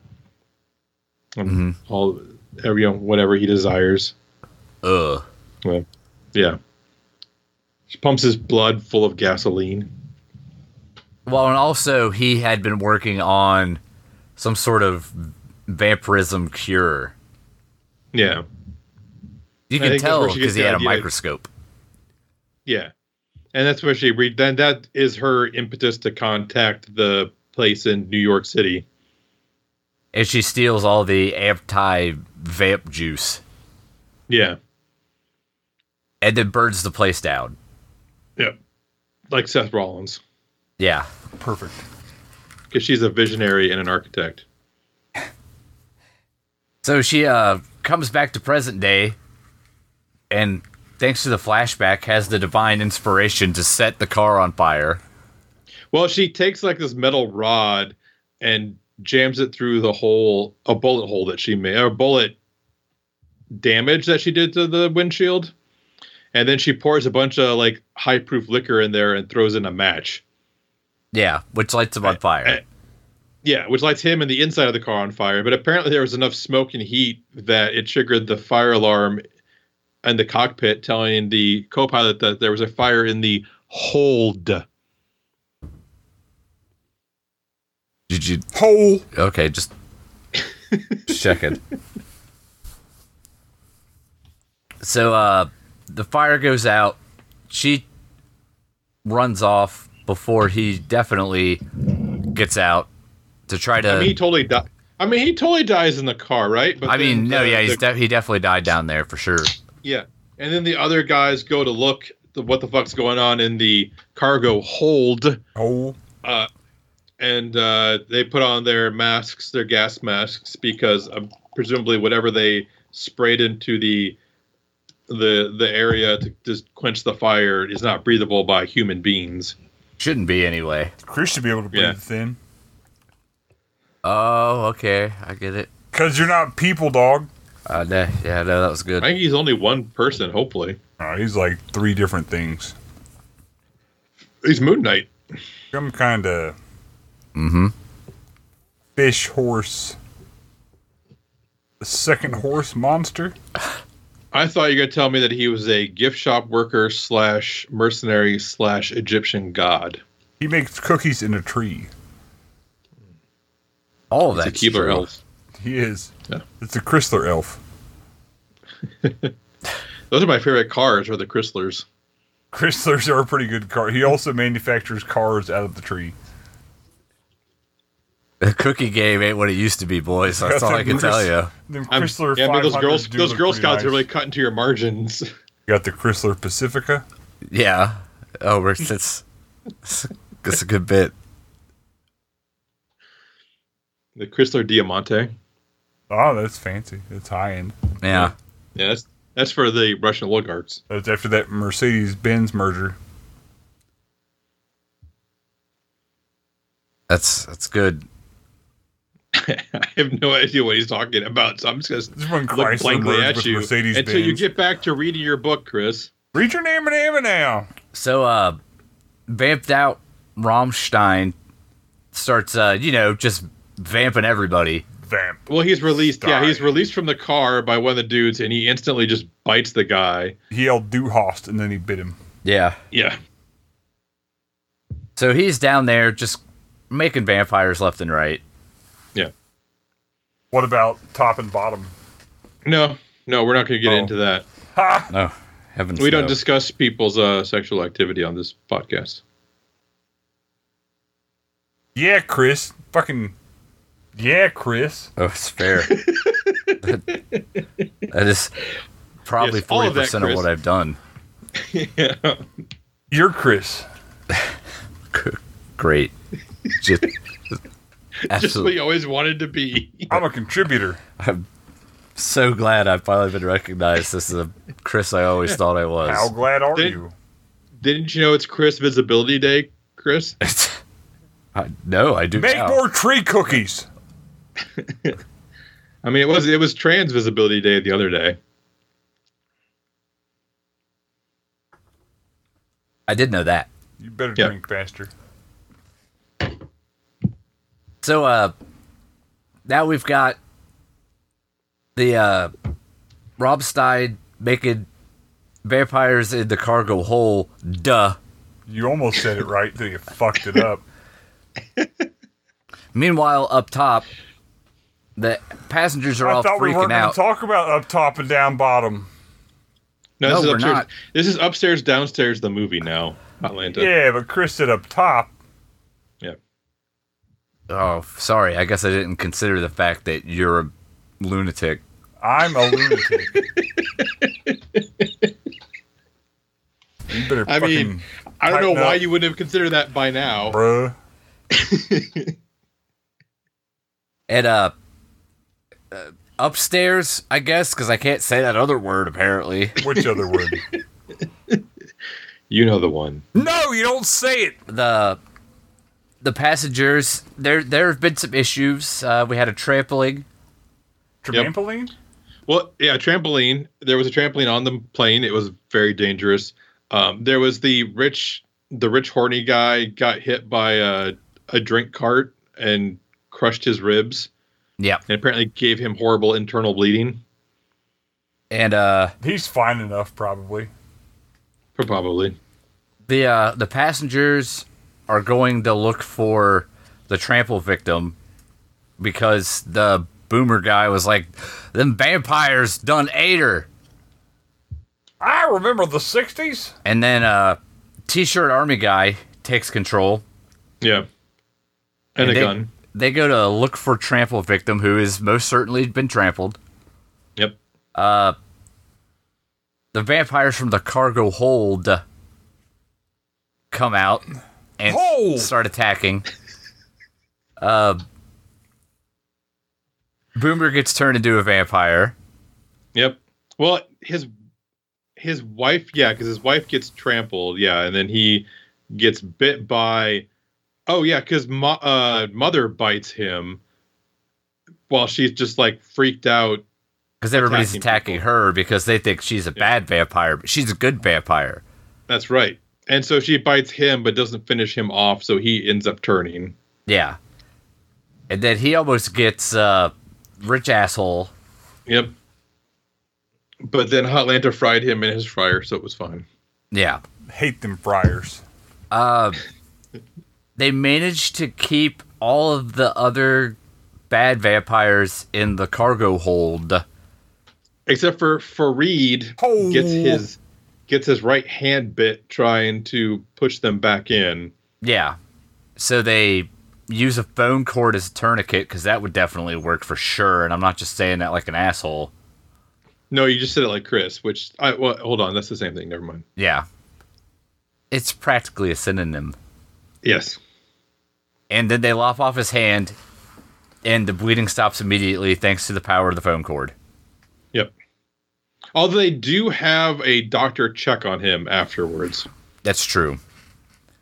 and Mhm. all every you know, whatever he desires Ugh. yeah. She pumps his blood full of gasoline. Well, and also he had been working on some sort of vampirism cure. Yeah. You I can think that's tell where she gets because he the had a idea. microscope. Yeah. And that's where she read then that is her impetus to contact the place in New York City. And she steals all the anti vamp juice Yeah. and then burns the place down. Yeah. Like Seth Rollins. Yeah. Perfect. Because she's a visionary and an architect. So she uh, comes back to present day and, thanks to the flashback, has the divine inspiration to set the car on fire. Well, she takes like this metal rod and jams it through the hole a bullet hole that she made or bullet damage that she did to the windshield. And then she pours a bunch of like high proof liquor in there and throws in a match. Yeah, which lights him on fire. Yeah, which lights him and the inside of the car on fire. But apparently, there was enough smoke and heat that it triggered the fire alarm and the cockpit, telling the co pilot that there was a fire in the hold. Did you? Hole. Okay, (laughs) just checking. So uh, the fire goes out. She runs off before he definitely gets out to try to. I mean, he totally died. I mean, he totally dies in the car, right? But then no, the- yeah, he's the- de- he definitely died down there for sure. Yeah. And then the other guys go to look the, what the fuck's going on in the cargo hold. Hole. Uh, and uh, they put on their masks, their gas masks, because uh, presumably whatever they sprayed into the the the area to just quench the fire is not breathable by human beings. Shouldn't be anyway. Chris should be able to breathe Yeah. thin. Oh, okay, I get it. Because you're not people, dog. Uh, nah, yeah, no, that was I good. think he's only one person. Hopefully, Uh, he's like three different things. he's Moon Knight. Some kind of Mm-hmm. fish horse. Second horse monster. I thought you were gonna tell me that he was a gift shop worker slash mercenary slash Egyptian god. He makes cookies in a tree. All of He's a that's Keebler true. elf. He is. Yeah. It's a Chrysler elf. Those are my favorite cars, are the Chryslers. Chryslers are a pretty good car. He also manufactures cars out of the tree. (laughs) The cookie game ain't what it used to be, boys. That's all I can tell you. Them I'm- Chrysler yeah, I mean, those 500s girls, do those look Girl pretty Scouts are nice. really cutting to your margins. (laughs) You got the Chrysler Pacifica. Yeah. Oh, we're that's that's a good bit. The Chrysler Diamante. Oh, that's fancy. That's high end. Yeah. Yeah, that's that's for the Russian oligarchs. That's after that Mercedes Benz merger. That's that's good. (laughs) I have no idea what he's talking about, so I'm just This is when gonna look Chrysler blankly merged at with you Mercedes until you Benz. get back to reading your book, Chris. Read your name and name now. So uh vamped out Rammstein starts uh, you know, just vamping everybody. Vamp. Well, he's released. Yeah, he's Stein. released from the car by one of the dudes, and he instantly just bites the guy. He yelled Du Hast and then he bit him. Yeah. Yeah, So he's down there just making vampires left and right. yeah. What about top and bottom? No, no, we're not going to get Oh. into that. Ha! No. Oh, heavens. We don't no. discuss people's uh, sexual activity on this podcast. Yeah, Chris. Fucking. Yeah, Chris. Oh, it's fair. that, that is probably Yes, all forty of that, percent of Chris. what I've done. You're Chris. Great. Just (laughs) Just what absolutely you always wanted to be. I'm a contributor. so glad I've finally been recognized as the Chris I always thought I was. How glad are Did- you? (laughs) Didn't you know it's Chris Visibility Day, Chris? (laughs) I, no, I do Make now. more tree cookies. I mean, it was it was Trans Visibility Day the other day. I did know that. You better Yeah. drink faster. So uh now we've got the uh Rob Stein making vampires in the cargo hole, duh. You almost said it right till you fucked (laughs) it up. Meanwhile, up top, the passengers are I all thought we weren't freaking going out. to talk about up top and down bottom. No, No, this is we're upstairs. not. This is upstairs, downstairs. The movie now, Atlanta. Yeah, but Chris said up top. yeah. oh, sorry. I guess I didn't consider the fact that you're a lunatic. I'm a lunatic. you better I fucking, mean, I don't know Tighten why up. you wouldn't have considered that by now. bruh. And uh, uh, upstairs, I guess, because I can't say that other word apparently. Which other (laughs) word? You know the one. no, you don't say it. the the passengers there there have been some issues. Uh, we had a trampling. Trampoline? Well, yeah, trampoline. There was a trampoline on the plane. It was very dangerous. Um, there was the rich, the rich horny guy got hit by a a drink cart and crushed his ribs, Yeah, and apparently gave him horrible internal bleeding. and uh, He's fine enough, probably. Probably. the uh, the passengers are going to look for the trample victim because the boomer guy was like, "Them vampires done ate her." I remember the 60s. And then uh, t-shirt army guy takes control. Yeah. And, a they, gun. They go to look for trample victim who has most certainly been trampled. Yep. the vampires from the cargo hold come out and Hold! start attacking. Uh, Boomer gets turned into a vampire. Yep. Well, his his wife, yeah, because his wife gets trampled, yeah, and then he gets bit by. Oh yeah, because mo- uh, mother bites him while she's just like freaked out. Because everybody's attacking Attacking people. her because they think she's a bad vampire, but she's a good vampire. That's right. And so she bites him, but doesn't finish him off, so he ends up turning. Yeah. And then he almost gets uh, rich asshole Yep. But then Hotlanta fried him in his fryer, so it was fine. Yeah. Hate them friars. Uh, They managed to keep all of the other bad vampires in the cargo hold. Except for Fareed Oh. gets his gets his right hand bit trying to push them back in. Yeah. So they use a phone cord as a tourniquet because that would definitely work for sure. And I'm not just saying that like an asshole. No, you just said it like Chris, which I well, hold on, that's the same thing. Never mind. Yeah. It's practically a synonym. Yes. And then they lop off his hand, and the bleeding stops immediately thanks to the power of the phone cord. Yep. Although they do have a doctor check on him afterwards. That's true.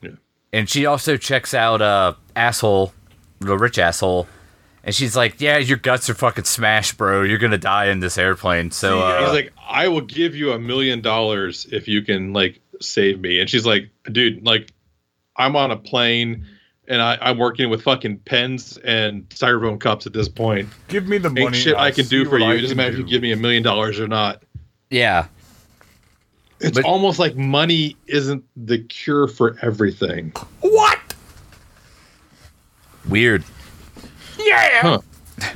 Yeah. And she also checks out uh asshole, the rich asshole, and she's like, "Yeah, your guts are fucking smashed, bro. You're gonna die in this airplane." So uh, He's like, I will give you a million dollars if you can like save me. And she's like, dude, like I'm on a plane and I, I'm working with fucking pens and styrofoam cups at this point. Give me the Ain't money. shit and I I'll can see do for what you. I It doesn't can matter if do. you give me a million dollars or not. "Yeah, It's But- almost like money isn't the cure for everything. What? weird." Yeah. Huh.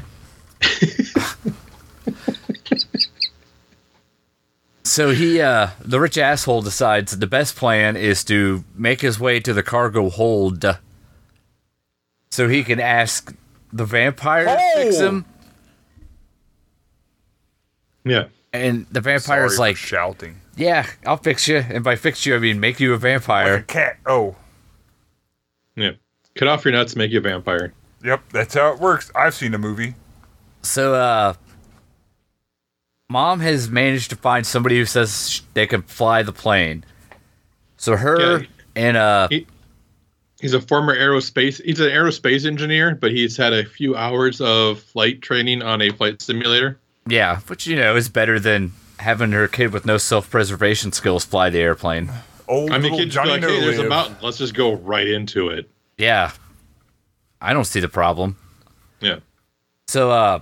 So he, uh, the rich asshole, decides that the best plan is to make his way to the cargo hold, so he can ask the vampire to fix Oh! him. Yeah. And the Sorry vampire's for like, shouting. "Yeah, I'll fix you." And by fix you, I mean make you a Like a vampire. cat. Oh. Yeah. Cut off your nuts, make you a vampire. Yep, that's how it works. I've seen a movie. So, uh, mom has managed to find somebody who says sh- they can fly the plane. So her Yeah. and uh, He's a former aerospace. He's an aerospace engineer, but he's had a few hours of flight training on a flight simulator. yeah, which you know is better than having her kid with no self-preservation skills fly the airplane. Old I mean, little kids Johnny be like, "Hey, there's a No-Live." mountain. Let's just go right into it." Yeah, I don't see the problem. Yeah. So, uh,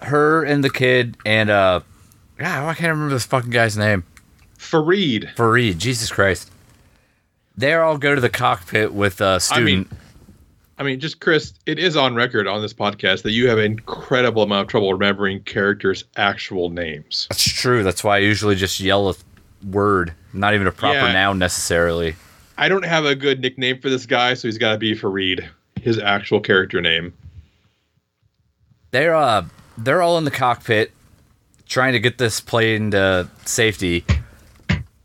her and the kid and uh, God, why can't I remember this fucking guy's name? Fareed. Fareed, Jesus Christ. They all go to the cockpit with a I student. mean, I mean, just Chris. It is on record on this podcast that you have an incredible amount of trouble remembering characters' actual names. That's true. That's why I usually just yell a th- word, not even a proper Yeah. noun necessarily. I don't have a good nickname for this guy, so he's got to be Fareed, his actual character name. They're uh, they're all in the cockpit trying to get this plane to safety.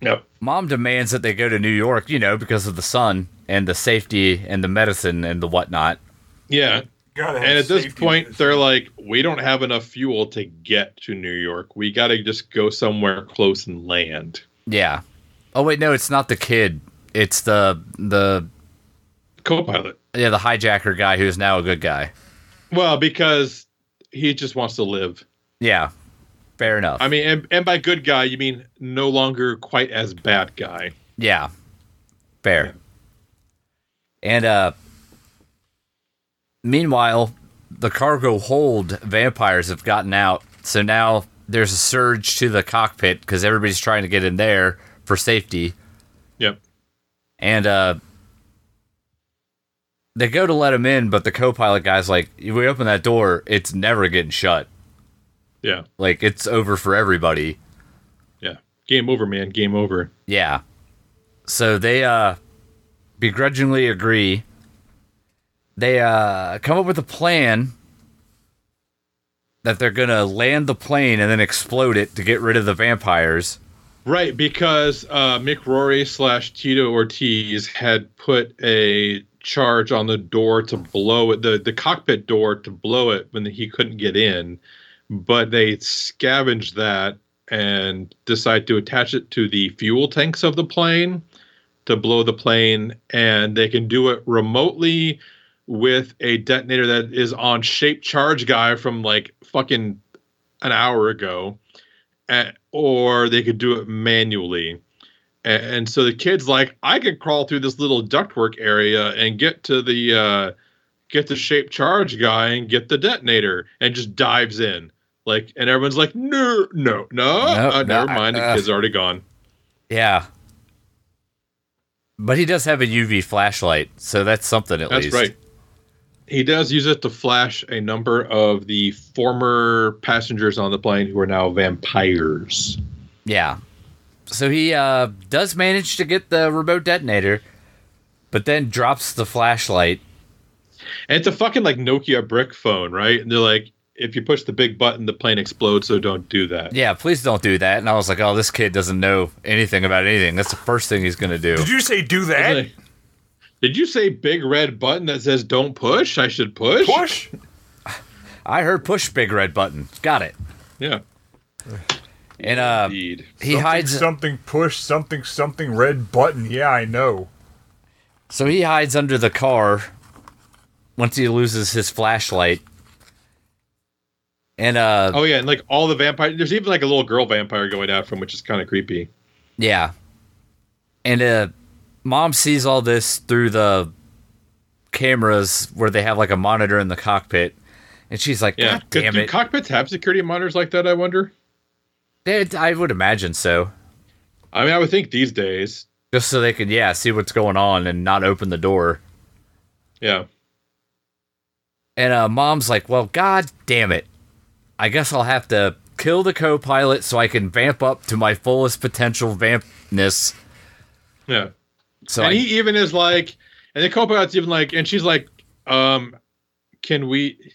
Yep. Mom demands that they go to New York, you know, because of the sun and the safety and the medicine and the whatnot. Yeah. Gotta have And at this safety point, measures. they're like, we don't have enough fuel to get to New York. We got to just go somewhere close and land. Yeah. Oh wait, no, it's not the kid. It's the the Co pilot. yeah the hijacker guy who's now a good guy. Well, because he just wants to live. Yeah. Fair enough. I mean, and, and by good guy, you mean no longer quite as bad guy. Yeah. Fair. And uh meanwhile, the cargo hold vampires have gotten out. So now there's a surge to the cockpit cuz everybody's trying to get in there for safety Yep. and uh they go to let him in, but the co-pilot guy's like, "If "We open that door, it's never getting shut. Yeah. Like it's over for everybody." Yeah. Game over, man. Game over. Yeah. So they uh begrudgingly agree. They uh come up with a plan that they're going to land the plane and then explode it to get rid of the vampires. Right, because uh, Mick Rory slash Tito Ortiz had put a charge on the door to blow it, the, the cockpit door to blow it when he couldn't get in. But they scavenged that and decide to attach it to the fuel tanks of the plane to blow the plane. And they can do it remotely with a detonator that is on shape charge guy from like fucking an hour ago at, or they could do it manually. A- And, so the kid's like, I could crawl through this little ductwork area and get to the uh, get the shape charge guy and get the detonator, and just dives in. Like, and everyone's like, no, no, no, no, uh, never I- mind. The uh." kid's already gone. Yeah. But he does have a UV flashlight, so that's something at That's least. right. He does use it to flash a number of the former passengers on the plane who are now vampires. Yeah. So he uh, does manage to get the remote detonator, but then drops the flashlight. And it's a fucking like Nokia brick phone, right? And they're like, if you push the big button, the plane explodes, so don't do that. Yeah, please don't do that. And I was like, oh, this kid doesn't know anything about anything. That's the first thing he's going to do. Did you say do that? Like, Did you say big red button that says don't push? I should push? Push. I heard push big red button. Got it. Yeah. And uh, Indeed. he hides. something. Push something. Something red button. Yeah, I know. So he hides under the car once he loses his flashlight. And uh, Oh yeah, and like all the vampire there's even like a little girl vampire going after him, which is kind of creepy. Yeah. And uh mom sees all this through the cameras where they have like a monitor in the cockpit. And she's like, Yeah. God Do- damn do it. cockpits have security monitors like that, I wonder? They- I would imagine so. I mean, I would think these days. Just so they could, yeah, see what's going on and not open the door. Yeah. And uh, mom's like, well, God damn it. I guess I'll have to kill the co pilot so I can vamp up to my fullest potential vampness. Yeah. So and I, he even is like, and the co-pilot's even like, and she's like, um, can we,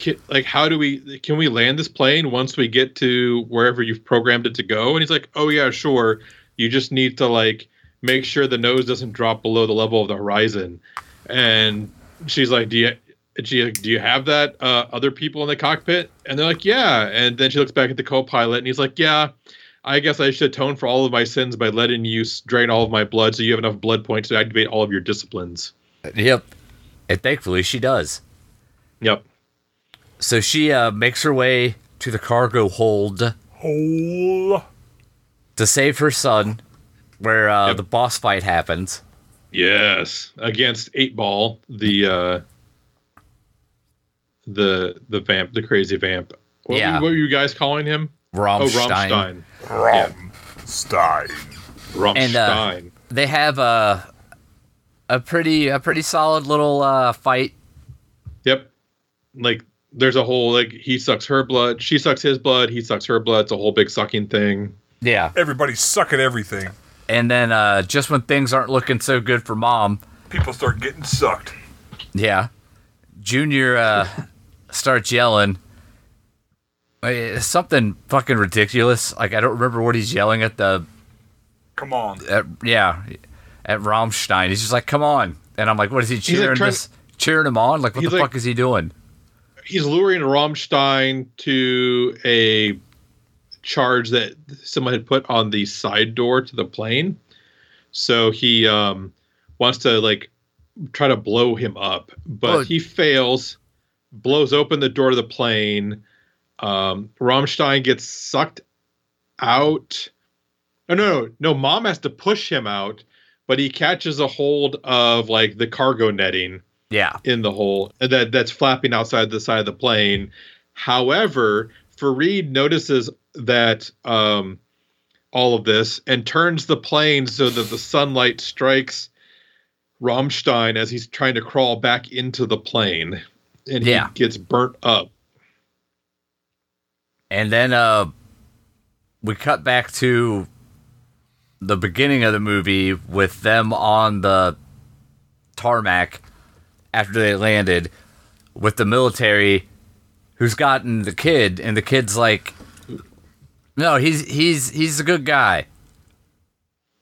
can, like, how do we, can we land this plane once we get to wherever you've programmed it to go? And he's like, oh yeah, sure. You just need to like make sure the nose doesn't drop below the level of the horizon. And she's like, do you? She like, do you have that uh, other people in the cockpit? And they're like, yeah. And then she looks back at the co-pilot, and he's like, yeah. I guess I should atone for all of my sins by letting you s- drain all of my blood so you have enough blood points to activate all of your disciplines. yep. And thankfully she does. Yep. So she uh, makes her way to the cargo hold. Oh, to save her son, where uh, Yep. the boss fight happens. Yes. Against Eight Ball, the uh the the vamp, the crazy vamp. What, Yeah. were, what were you guys calling him? Oh, Rammstein. Rammstein. Rammstein. And, uh, Rammstein. They have a a pretty a pretty solid little uh, fight. yep. Like there's a whole like he sucks her blood, she sucks his blood, he sucks her blood. It's a whole big sucking thing. Yeah, Everybody's sucking everything. and then uh, just when things aren't looking so good for mom, People start getting sucked. yeah, Junior (laughs) uh, starts yelling. Uh, Something fucking ridiculous. Like I don't remember what he's yelling at the Come on. at, yeah at Rammstein. He's just like, "Come on!" And I'm like, "What is he like, cheering trying- this? Cheering him on? Like what He's the like- fuck is he doing?" he's luring Rammstein to a charge that someone had put on the side door to the plane. So he um, wants to like try to blow him up, but Oh. he fails, blows open the door to the plane. Um, Rammstein gets sucked out. No, no, no, no. Mom has to push him out, but he catches a hold of like the cargo netting Yeah, in the hole uh, that that's flapping outside the side of the plane. However, Farid notices that um, all of this and turns the plane so that the sunlight strikes Rammstein as he's trying to crawl back into the plane, and Yeah. he gets burnt up. And then uh, we cut back to the beginning of the movie with them on the tarmac after they landed with the military who's gotten the kid and the kid's like no he's he's he's a good guy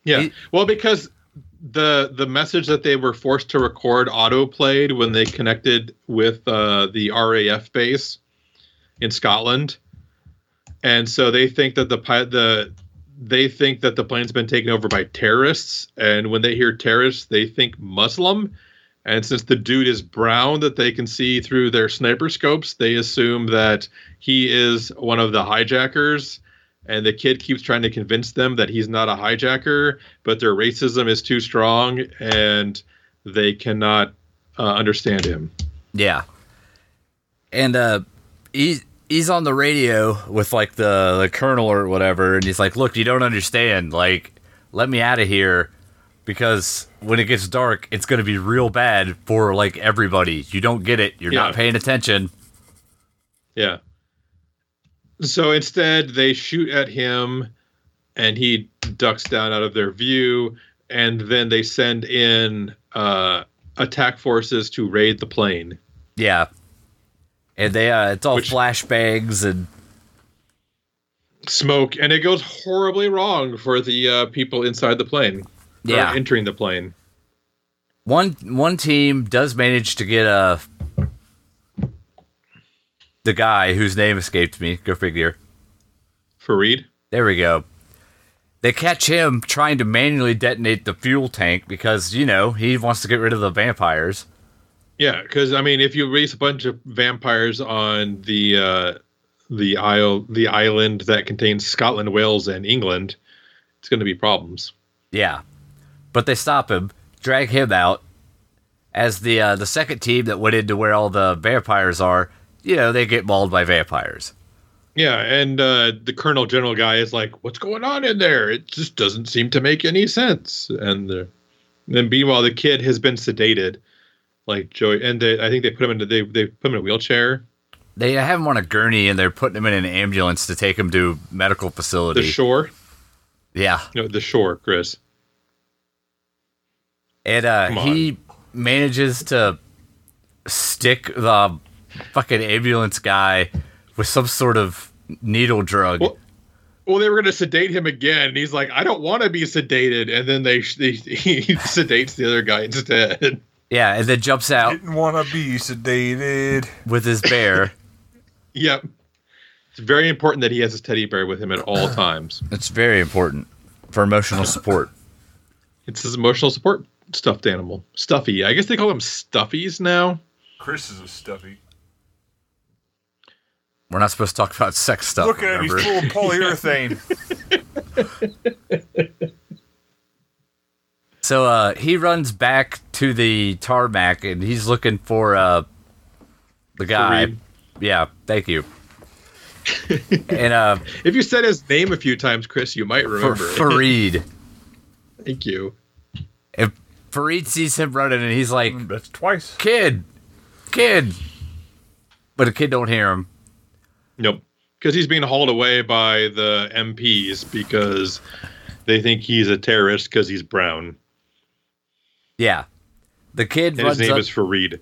Yeah. He- well, because the the message that they were forced to record auto played when they connected with uh, the RAF base in Scotland, and so they think that the pi- the they think that the plane's been taken over by terrorists, and when they hear terrorists, they think Muslim. And since the dude is brown that they can see through their sniper scopes, they assume that he is one of the hijackers and the kid keeps trying to convince them that he's not a hijacker, but their racism is too strong and they cannot uh, understand him. yeah and uh he he's on the radio with like the the colonel or whatever, and he's like, "Look, you don't understand. Like, let me out of here." Because when it gets dark, it's going to be real bad for like everybody. You don't get it. You're not Yeah. paying attention. Yeah. So instead, they shoot at him, and he ducks down out of their view. And then they send in uh, attack forces to raid the plane. Yeah. And they uh it's all Which- flashbangs and Smoke, and it goes horribly wrong for the uh, people inside the plane. or yeah. entering the plane. one one team does manage to get uh the guy whose name escaped me, go figure. Farid. There we go. They catch him trying to manually detonate the fuel tank because, you know, he wants to get rid of the vampires. Yeah, because I mean, if you release a bunch of vampires on the uh, the isle, the island that contains Scotland, Wales, and England, it's going to be problems. Yeah. But they stop him, drag him out. As the uh, the second team that went into where all the vampires are, you know, they get mauled by vampires. Yeah, and uh, the Colonel General guy is like, "What's going on in there? It just doesn't seem to make any sense." And the, then meanwhile, the kid has been sedated, like Joey, and they, I think they put him into they they put him in a wheelchair. They have him on a gurney and they're putting him in an ambulance to take him to medical The facility. shore, yeah. no, the shore, Chris. And uh, Come on. he manages to stick the fucking ambulance guy with some sort of needle drug. Well- Well, they were going to sedate him again. And he's like, I don't want to be sedated. And then they, they (laughs) he sedates the other guy instead. (laughs) Yeah, and then jumps out Didn't want to be sedated. with his bear. yep. It's very important that he has his teddy bear with him at (sighs) all times. (laughs) It's very important for emotional support. It's his emotional support stuffed animal. Stuffy. I guess they call them stuffies now. Chris is a stuffy. We're not supposed to talk about sex stuff. Look at him, he's remember? full of (laughs) polyurethane. So uh, he runs back to the tarmac and he's looking for uh, the guy. Fareed. Yeah, thank (laughs) you. and uh, If you said his name a few times, Chris, you might for remember. it. Fareed. Thank you. And Fareed sees him running and he's like, That's twice. kid, kid. But the kid don't hear him. Nope. Because he's being hauled away by the MPs because they think he's a terrorist because he's brown. Yeah. The kid And runs his name up. is Farid.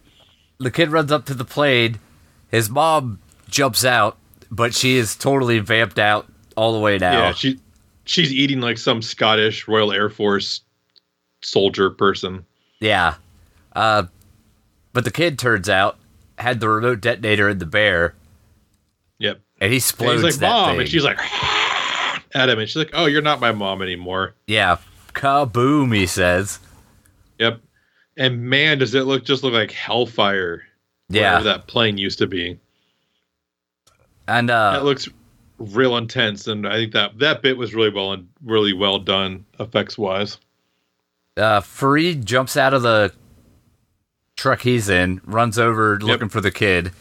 the kid runs up to the plane. His mom jumps out, but she is totally vamped out all the way now. Yeah, she she's eating like some Scottish Royal Air Force soldier person. Yeah. Uh, but the kid turns out had the remote detonator in the bear, Yep. and he And explodes he's like, that "Mom," thing. and she's like, (laughs) "At him," and she's like, "Oh, you're not my mom anymore." yeah, kaboom! He says, Yep. And man, does it look just look like hellfire? "Yeah," wherever that plane used to be. and That uh, looks real intense, and I think that that bit was really well and really well done effects wise. uh, Fareed jumps out of the truck he's in, runs over looking for the kid.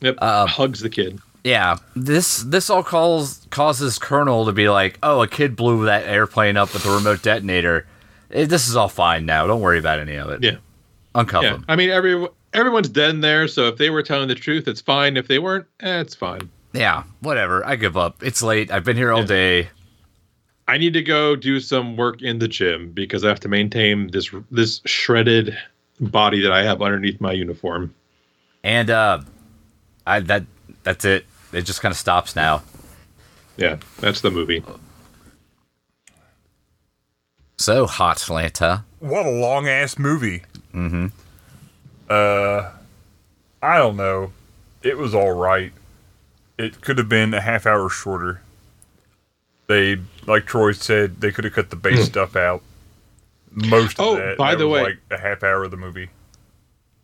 Yep. Uh, um, Hugs the kid. Yeah, this this all calls causes Colonel to be like, "Oh, a kid blew that airplane up with a remote detonator. Eh, This is all fine now. Don't worry about any of it. Yeah. uncuff Yeah. him." I mean, every everyone's dead in there, so if they were telling the truth, it's fine. If they weren't, eh, it's fine. Yeah, whatever. I give up. It's late. I've been here all Yeah. day. I need to go do some work in the gym because I have to maintain this this shredded body that I have underneath my uniform. And uh I that that's it. It just kind of stops now. Yeah, that's the movie. So hot Lanta. What a long ass movie. Mm-hmm. Uh, I don't know. It was all right. It could have been a half hour shorter. They, like Troy said, they could have cut the base stuff out. Most Hmm. Oh, of that. by That the was way- like a half hour of the movie.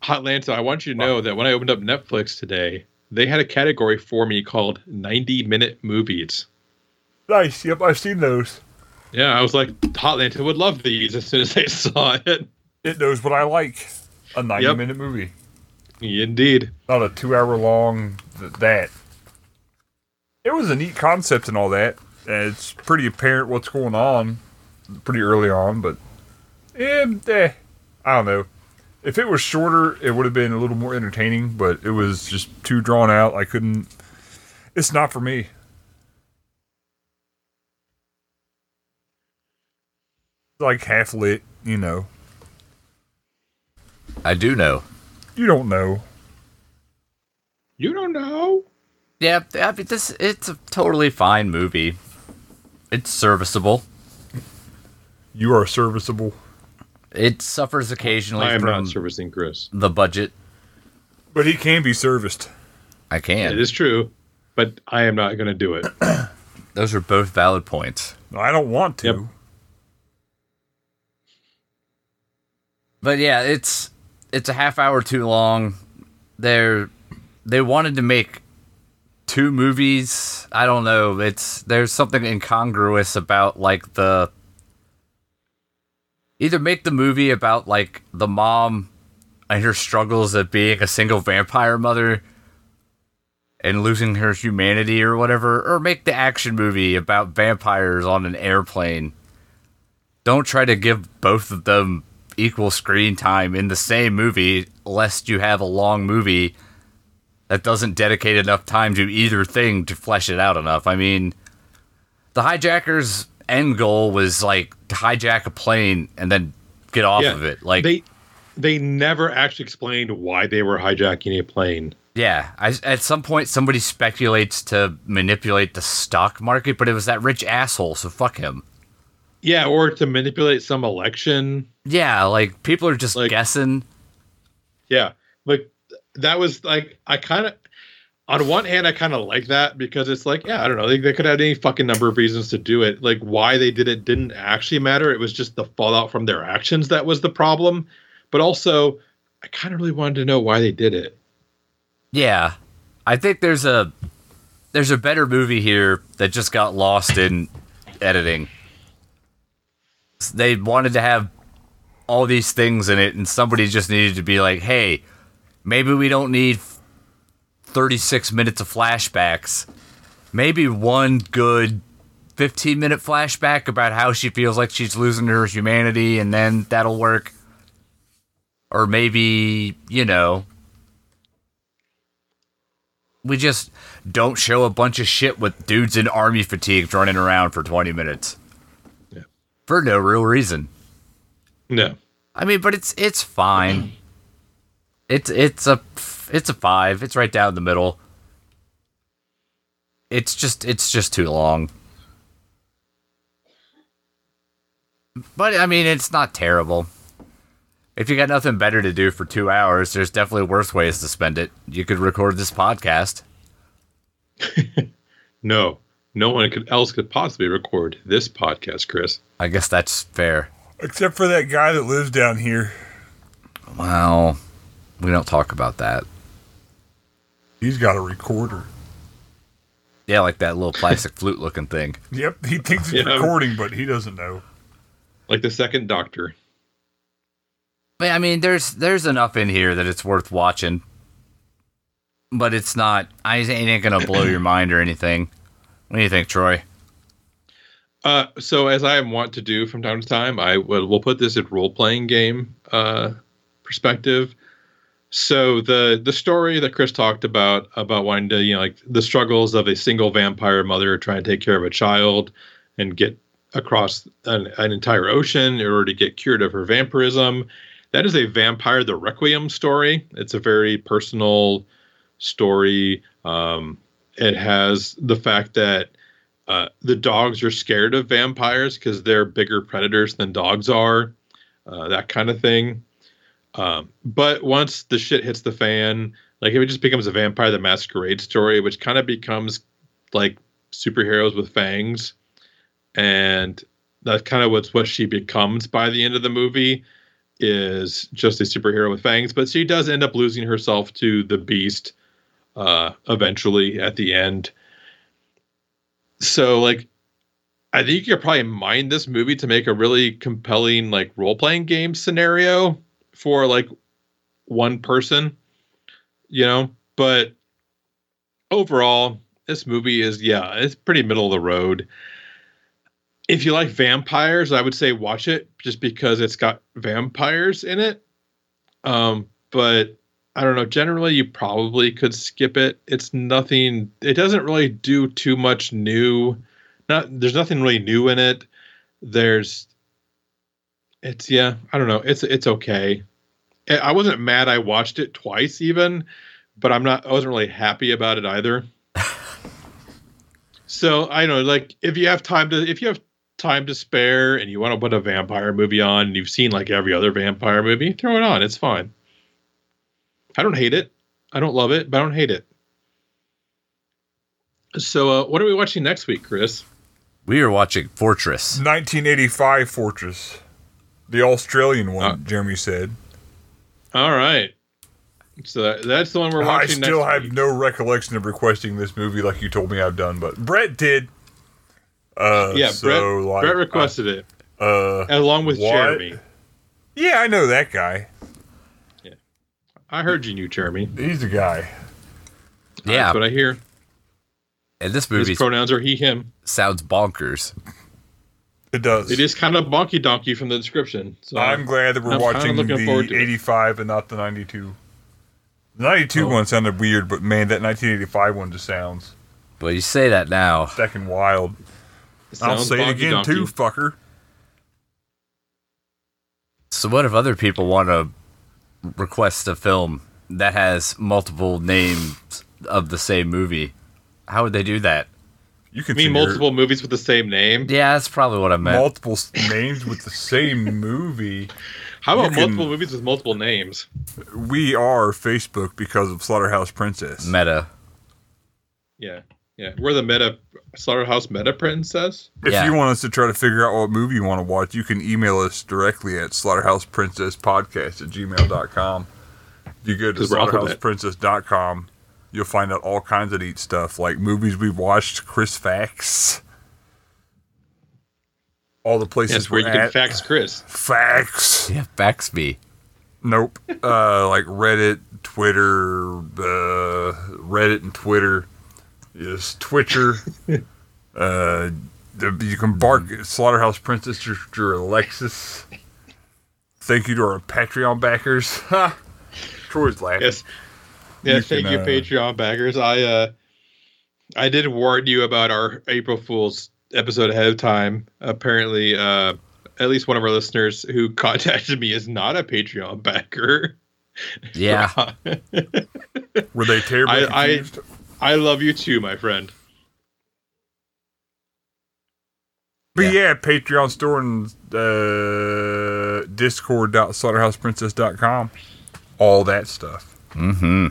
Hot Lanta, I want you to know that when I opened up Netflix today, they had a category for me called 90 minute movies. Nice. Yep, I've seen those. Yeah, I was like, Hot Lanta would love these as soon as they (laughs) saw it. It knows what I like. A ninety Yep. minute movie, Indeed. not a two hour long. Th- that it was a neat concept and all that. And it's pretty apparent what's going on pretty early on, but eh, eh, I don't know. If it was shorter, it would have been a little more entertaining, but it was just too drawn out. I couldn't. It's not for me. Like half lit, you know. I do know. You don't know. You don't know. Yeah, I mean, this it's a totally fine movie. It's serviceable. You are serviceable. It suffers occasionally I am from not servicing Chris. the budget. But he can be serviced. I can. It is true, but I am not going to do it. Those are both valid points. I don't want to. Yep. But yeah, it's it's a half hour too long. They're they wanted to make two movies. I don't know. It's there's something incongruous about like the either make the movie about like the mom and her struggles of being a single vampire mother and losing her humanity or whatever or make the action movie about vampires on an airplane don't try to give both of them equal screen time in the same movie lest you have a long movie that doesn't dedicate enough time to either thing to flesh it out enough. I mean, the hijackers end goal was like to hijack a plane and then get off Yeah, of it. Like they they never actually explained why they were hijacking a plane. Yeah, I, at some point somebody speculates to manipulate the stock market, but it was that rich asshole, so fuck him. Yeah, or to manipulate some election. Yeah, like people are just Like- guessing. Yeah. Like that was like I kind of on one hand I kind of like that because it's like yeah, I don't know, they, they could have any fucking number of reasons to do it. Like why they did it didn't actually matter. It was just the fallout from their actions that was the problem. But also I kind of really wanted to know why they did it. Yeah, I think there's a there's a better movie here that just got lost in editing. They wanted to have all these things in it, and somebody just needed to be like, "Hey, maybe we don't need 36 minutes of flashbacks. Maybe one good 15 minute flashback about how she feels like she's losing her humanity, and then that'll work." Or maybe, you know, we just don't show a bunch of shit with dudes in army fatigues running around for 20 minutes Yeah. for no real reason No. i mean but it's it's fine it's it's a it's a five it's right down the middle it's just it's just too long but i mean it's not terrible if you got nothing better to do for two hours there's definitely worse ways to spend it you could record this podcast No. No one could, else could possibly record this podcast, Chris. I guess that's fair. Except for that guy that lives down here. Well, we don't talk about that. He's got a recorder. Yeah, like that little (laughs) plastic flute looking thing. Yep, he thinks it's Yeah. recording, but he doesn't know. Like the second doctor. But I mean, there's there's enough in here that it's worth watching. But it's not. I it ain't gonna blow your mind or anything. What do you think, Troy? Uh, so as I want to do from time to time, I will we'll put this in role playing game uh, perspective. So the the story that Chris talked about about wanting to you know like the struggles of a single vampire mother trying to take care of a child and get across an, an entire ocean in order to get cured of her vampirism. That is a vampire the requiem story. It's a very personal story. Um, it has the fact that uh, the dogs are scared of vampires because they're bigger predators than dogs are, uh, that kind of thing. Um, but once the shit hits the fan, like if it just becomes a vampire the masquerade story, which kind of becomes like superheroes with fangs, and that's kind of what's what she becomes by the end of the movie is just a superhero with fangs. But she does end up losing herself to the beast uh, eventually at the end so like i think you could probably mine this movie to make a really compelling like role-playing game scenario for like one person you know but overall This movie is yeah, it's pretty middle of the road. If you like vampires, I would say watch it just because it's got vampires in it. Um, but I don't know. Generally, you probably could skip it. It's nothing. It doesn't really do too much new. Not there's nothing really new in it. There's. It's yeah. I don't know. It's it's okay. I I wasn't mad. I watched it twice even, but I'm not. I wasn't really happy about it either. so I know, like, if you have time to, if you have time to spare, and you want to put a vampire movie on, and you've seen like every other vampire movie, throw it on. It's fine. I don't hate it. I don't love it, but I don't hate it. So, uh, what are we watching next week, Chris? We are watching Fortress. 1985 Fortress, the Australian one. Uh, Jeremy said. All right. So that- that's the one we're I watching still next have week. no recollection of requesting this movie like you told me I've done, but Brett did. Uh, yeah, so, Brett, like, Brett requested it I- uh, along with what? Jeremy. yeah, I know that guy. I heard you knew Jeremy. He's a guy. Yeah, That's what I hear. and this His movie pronouns are he, him. sounds bonkers. It does. It is kind of bonky donkey from the description. So I'm glad that we're I'm kinda watching looking forward the to it. 85 and not the 92. The 92 Oh. one sounded weird, but man, that 1985 one just sounds But you say that now. second wild. I'll sounds say it bonky again donkey. too, fucker. So what if other people want to request a film that has multiple names of the same movie? How would they do that? You can You mean figure multiple (laughs) movies with the same name? Yeah, that's probably what I meant. multiple s- names with the (laughs) same movie. How about You can- multiple movies with multiple names? We are Facebook because of Slaughterhouse Princess. Meta. Yeah, yeah. We're the meta slaughterhouse meta princess. If Yeah. you want us to try to figure out what movie you want to watch, you can email us directly at slaughterhouseprincesspodcast at gmail.com. If you go to 'Cause we're alphabet. slaughterhouseprincess.com, you'll find out all kinds of neat stuff like movies we've watched, Chris Facts, all the places That's where we're you can at. fax Chris. facts. Yeah, Baxby. Nope. uh, like Reddit, Twitter, uh, Reddit and Twitter is (laughs) Twitcher. uh, the- you can bark at Slaughterhouse Princess or your Alexis. Thank you to our Patreon backers. Ha! Troy's laughing. Yes. Yeah, You thank can, you, uh, Patreon backers. I uh I did warn you about our April Fool's episode ahead of time. Apparently, uh at least one of our listeners who (laughs) contacted me is not a Patreon backer. (laughs) Yeah. Were they terribly I- I- confused? I love you too, my friend. but yeah. yeah. Patreon store and uh, discord.slaughterhouseprincess.com. All that stuff. Mm-hmm.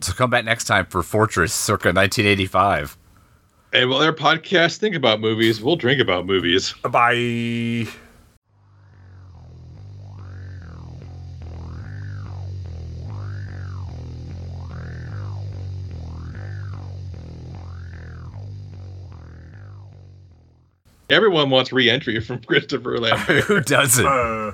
So come back next time for Fortress circa 1985. And while their podcasts think about movies, we'll drink about movies. Bye. Everyone wants re-entry from Christopher Lambert. (laughs) Who doesn't? Uh,